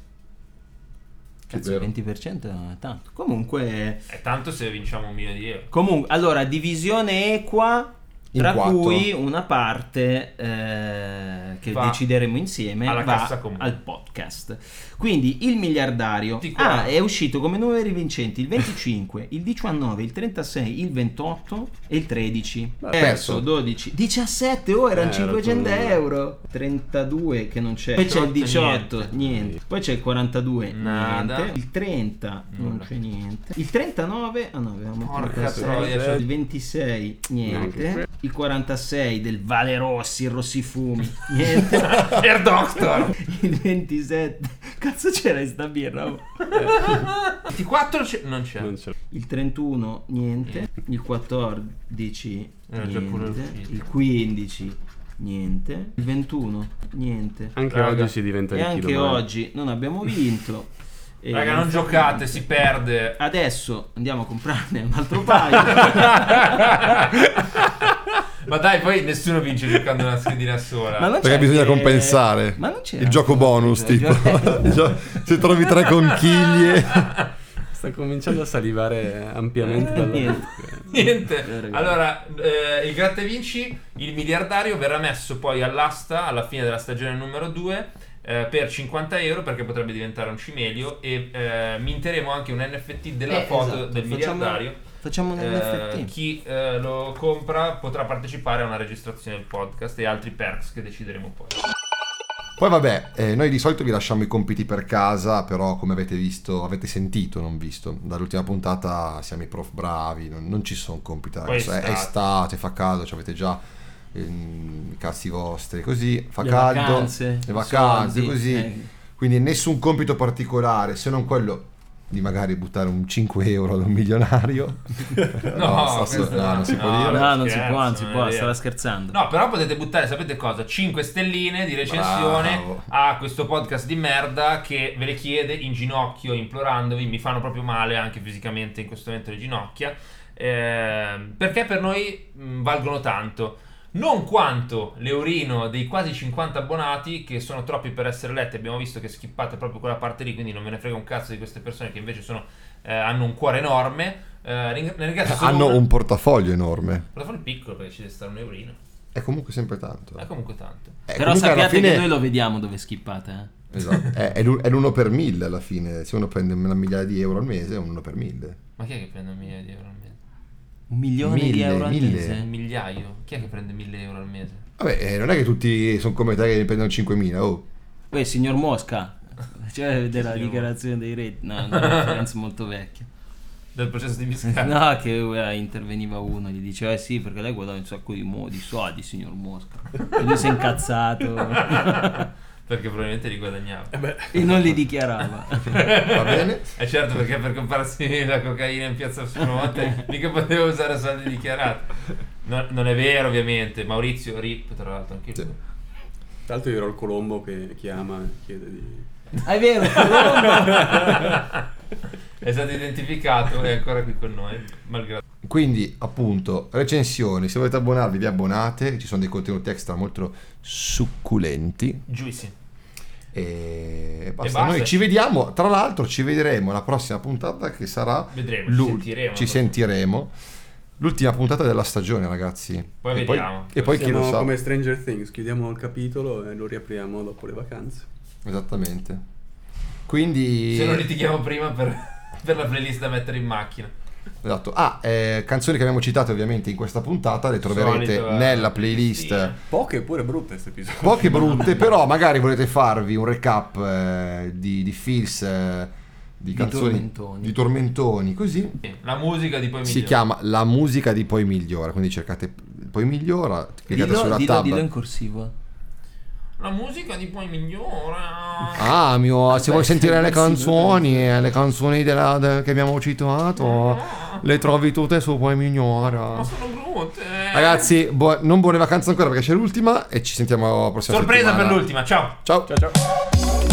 Speaker 1: Cazzo,
Speaker 4: vero.
Speaker 1: il 20% non è tanto. Comunque,
Speaker 3: È tanto se vinciamo un milione
Speaker 1: [laughs]
Speaker 3: di euro.
Speaker 1: comunque allora, divisione equa,
Speaker 4: In
Speaker 1: tra
Speaker 4: quattro.
Speaker 1: cui una parte eh, che
Speaker 3: Va
Speaker 1: decideremo insieme
Speaker 3: alla
Speaker 1: va
Speaker 3: cassa comune.
Speaker 1: al podcast. Quindi il miliardario
Speaker 3: Di qua.
Speaker 1: ah, è uscito come numeri vincenti il 25, [laughs] il 19, il 36, il 28 e il 13.
Speaker 4: Beh, perso.
Speaker 1: Perso 12, 17 oh, erano
Speaker 2: Eh,
Speaker 1: 500
Speaker 2: rotondino.
Speaker 1: euro. 32 che non c'è. Poi c'è il
Speaker 3: 18,
Speaker 1: 18, niente. Poi c'è il 42,
Speaker 3: Nada.
Speaker 1: niente. Il 30 non
Speaker 3: Nulla.
Speaker 1: c'è niente. Il 39, ah no, avevamo
Speaker 3: Porca
Speaker 1: 36.
Speaker 3: troia,
Speaker 2: cioè-
Speaker 1: Il 26,
Speaker 2: Neanche.
Speaker 1: niente. Il 46 del Vale Rossi, il
Speaker 3: [laughs]
Speaker 1: Rossifumi, niente.
Speaker 3: Air Doctor!
Speaker 1: il 27, cazzo c'era in sta birra? oh?
Speaker 3: 24 c'è- non c'è.
Speaker 2: Non ce l'ho.
Speaker 1: Il 31, niente. Il 14,
Speaker 3: Era già pure
Speaker 1: niente.
Speaker 3: uscito.
Speaker 1: Il 15, niente. Il 21, niente.
Speaker 2: Anche
Speaker 3: Raga.
Speaker 2: oggi si diventa
Speaker 1: E
Speaker 2: ricchi
Speaker 1: anche
Speaker 2: domani.
Speaker 1: oggi non abbiamo vinto. E
Speaker 3: [laughs] Raga, non giocate, si perde.
Speaker 1: Adesso andiamo a comprarne un
Speaker 3: [laughs]
Speaker 1: altro paio. Ah,
Speaker 3: Ma dai, poi nessuno vince giocando una schedina sola.
Speaker 1: Ma non
Speaker 4: Perché
Speaker 1: c'è
Speaker 4: bisogna
Speaker 1: anche-
Speaker 4: compensare.
Speaker 1: Ma non c'era
Speaker 4: Il gioco bonus,
Speaker 1: Il
Speaker 4: tipo.
Speaker 1: gioco-
Speaker 4: [laughs] Il gio- Se trovi tre
Speaker 1: [laughs]
Speaker 4: conchiglie.
Speaker 2: Sta cominciando a
Speaker 3: [laughs]
Speaker 2: salivare
Speaker 3: Eh,
Speaker 2: ampiamente dalla
Speaker 1: Niente.
Speaker 3: Niente. Allora, eh, il gratta e vinci, il miliardario verrà messo poi all'asta alla fine della stagione numero 2 per 50 euro perché potrebbe diventare un cimelio e eh, minteremo anche un NFT della
Speaker 1: Eh,
Speaker 3: foto
Speaker 1: esatto,
Speaker 3: del
Speaker 1: facciamo-
Speaker 3: miliardario.
Speaker 1: Facciamo un
Speaker 3: Eh,
Speaker 1: NFT.
Speaker 3: chi eh, lo compra potrà partecipare a una registrazione del podcast e altri perks che decideremo poi.
Speaker 4: Poi vabbè, eh, noi di solito vi lasciamo i compiti per casa, però come avete visto, avete sentito, non visto, dall'ultima puntata siamo i prof bravi, non, non ci sono compiti.
Speaker 3: Poi è
Speaker 4: ragazzi. È, è
Speaker 3: estate.
Speaker 4: estate, fa caldo, ci avete già ehm, i cazzi vostri, così, fa
Speaker 1: Le
Speaker 4: caldo,
Speaker 1: vacanze,
Speaker 4: le vacanze,
Speaker 1: soldi,
Speaker 4: così.
Speaker 1: eh.
Speaker 4: Quindi nessun compito particolare, se non quello di magari buttare un 5 euro ad
Speaker 1: [laughs]
Speaker 4: un milionario.
Speaker 3: questo
Speaker 4: sta- sta- no, non si può
Speaker 3: no,
Speaker 4: dire. Eh,
Speaker 1: No, non si
Speaker 3: scherzo,
Speaker 1: può, non si
Speaker 3: è
Speaker 1: può,
Speaker 3: vero.
Speaker 1: stava scherzando.
Speaker 3: No, però potete buttare, sapete cosa? 5 stelline di recensione
Speaker 4: Bravo.
Speaker 3: a questo podcast di merda che ve le chiede in ginocchio, implorandovi, mi fanno proprio male anche fisicamente in questo momento le ginocchia, ehm, perché per noi mh, valgono tanto. Non quanto l'eurino dei quasi 50 abbonati, che sono troppi per essere letti, abbiamo visto che schippate proprio quella parte lì, quindi non me ne frega un cazzo di queste persone che invece sono, eh, hanno un cuore enorme. Eh, ring- ne
Speaker 4: [laughs]
Speaker 3: ringrazio solo
Speaker 4: Hanno
Speaker 3: una-
Speaker 4: un portafoglio enorme.
Speaker 3: Portafoglio piccolo perché ci deve stare un eurino.
Speaker 4: È comunque sempre tanto.
Speaker 3: È comunque tanto.
Speaker 4: Eh,
Speaker 1: Però
Speaker 4: comunque alla
Speaker 1: sappiate
Speaker 4: fine-
Speaker 1: che noi lo vediamo dove schippate. eh.
Speaker 4: Esatto.
Speaker 3: [laughs]
Speaker 4: È, è l'u- è l'uno per mille alla fine. Se uno prende una migliaia di euro al mese, è un uno per mille.
Speaker 3: Ma chi è che prende un migliaio di euro al mese?
Speaker 1: Un milione di
Speaker 4: Mille,
Speaker 1: euro al
Speaker 4: mille.
Speaker 3: Un
Speaker 1: mese.
Speaker 3: migliaio? Chi è che prende 1000 euro al mese?
Speaker 4: Vabbè, eh, non è che tutti sono come te che ne prendono 5.000. Oh.
Speaker 1: Uè, signor Mosca, [laughs] cioè della
Speaker 3: Signor
Speaker 1: dichiarazione dei redditi. No, no, è una referenza molto vecchia.
Speaker 3: Del processo di miscata?
Speaker 1: No, che eh, interveniva uno, gli diceva eh sì, perché lei guadagna un sacco di, mo- di soldi, signor Mosca. E lui si è esatto. incazzato
Speaker 3: [laughs]
Speaker 1: [laughs]
Speaker 3: perché probabilmente li guadagnava. [laughs]
Speaker 1: e non li dichiarava.
Speaker 4: Eh Va bene?
Speaker 3: Eh certo, perché per comprarsi la cocaina in piazza
Speaker 4: [laughs]
Speaker 3: Spromonte mica poteva usare soldi dichiarati. No- non è vero, ovviamente. Maurizio Rip, tra l'altro, anche lui.
Speaker 4: Sì.
Speaker 2: Tra l'altro io ero il Colombo che chiama e chiede di...
Speaker 1: Ah, è vero,
Speaker 3: È stato identificato e è ancora qui con noi, malgrado.
Speaker 4: Quindi, appunto, recensioni. Se volete abbonarvi, vi abbonate. Ci sono dei contenuti extra molto succulenti.
Speaker 3: Giusti.
Speaker 4: E, e basta.
Speaker 3: basta.
Speaker 4: Noi ci vediamo. Tra l'altro, ci vedremo la prossima puntata che sarà.
Speaker 3: Vedremo, ci
Speaker 4: l'ul-
Speaker 3: sentiremo.
Speaker 4: ci sentiremo. L'ultima puntata della stagione, ragazzi.
Speaker 3: Poi
Speaker 4: e
Speaker 3: vediamo.
Speaker 4: Poi, e poi chi lo
Speaker 2: Siamo
Speaker 4: sa.
Speaker 2: come Stranger Things, chiudiamo il capitolo e lo riapriamo dopo le vacanze.
Speaker 4: Esattamente. Quindi...
Speaker 3: Se non litighiamo prima per, per la playlist da mettere in macchina.
Speaker 4: Esatto. Ah, eh, canzoni che abbiamo citato ovviamente in questa puntata le troverete
Speaker 3: Solito, eh,
Speaker 4: nella playlist.
Speaker 3: sì.
Speaker 2: Poche pure brutte questo episodio.
Speaker 3: [laughs]
Speaker 4: Poche brutte, però magari volete farvi un recap eh, di, di feels, eh, di
Speaker 1: Di
Speaker 4: canzoni,
Speaker 1: tormentoni.
Speaker 4: di tormentoni, così.
Speaker 3: La musica di poi
Speaker 4: Si
Speaker 3: migliora.
Speaker 4: chiama La musica di Poi Migliora, quindi cercate Poi Migliora, cliccate
Speaker 1: dillo,
Speaker 4: sulla
Speaker 1: dillo,
Speaker 4: tab.
Speaker 1: dillo in corsivo.
Speaker 3: La musica di poi migliora.
Speaker 4: Ah, mio, se vuoi
Speaker 1: Beh,
Speaker 4: sentire le
Speaker 1: sì,
Speaker 4: canzoni, eh, le canzoni della- de- che abbiamo citato, le trovi tutte su Poi Migliora.
Speaker 3: sono Monte. eh.
Speaker 4: Ragazzi, buo- non buone vacanze ancora perché c'è l'ultima e ci sentiamo la prossima
Speaker 3: sorpresa
Speaker 4: settimana.
Speaker 3: per l'ultima. Ciao.
Speaker 4: Ciao.
Speaker 2: Ciao ciao.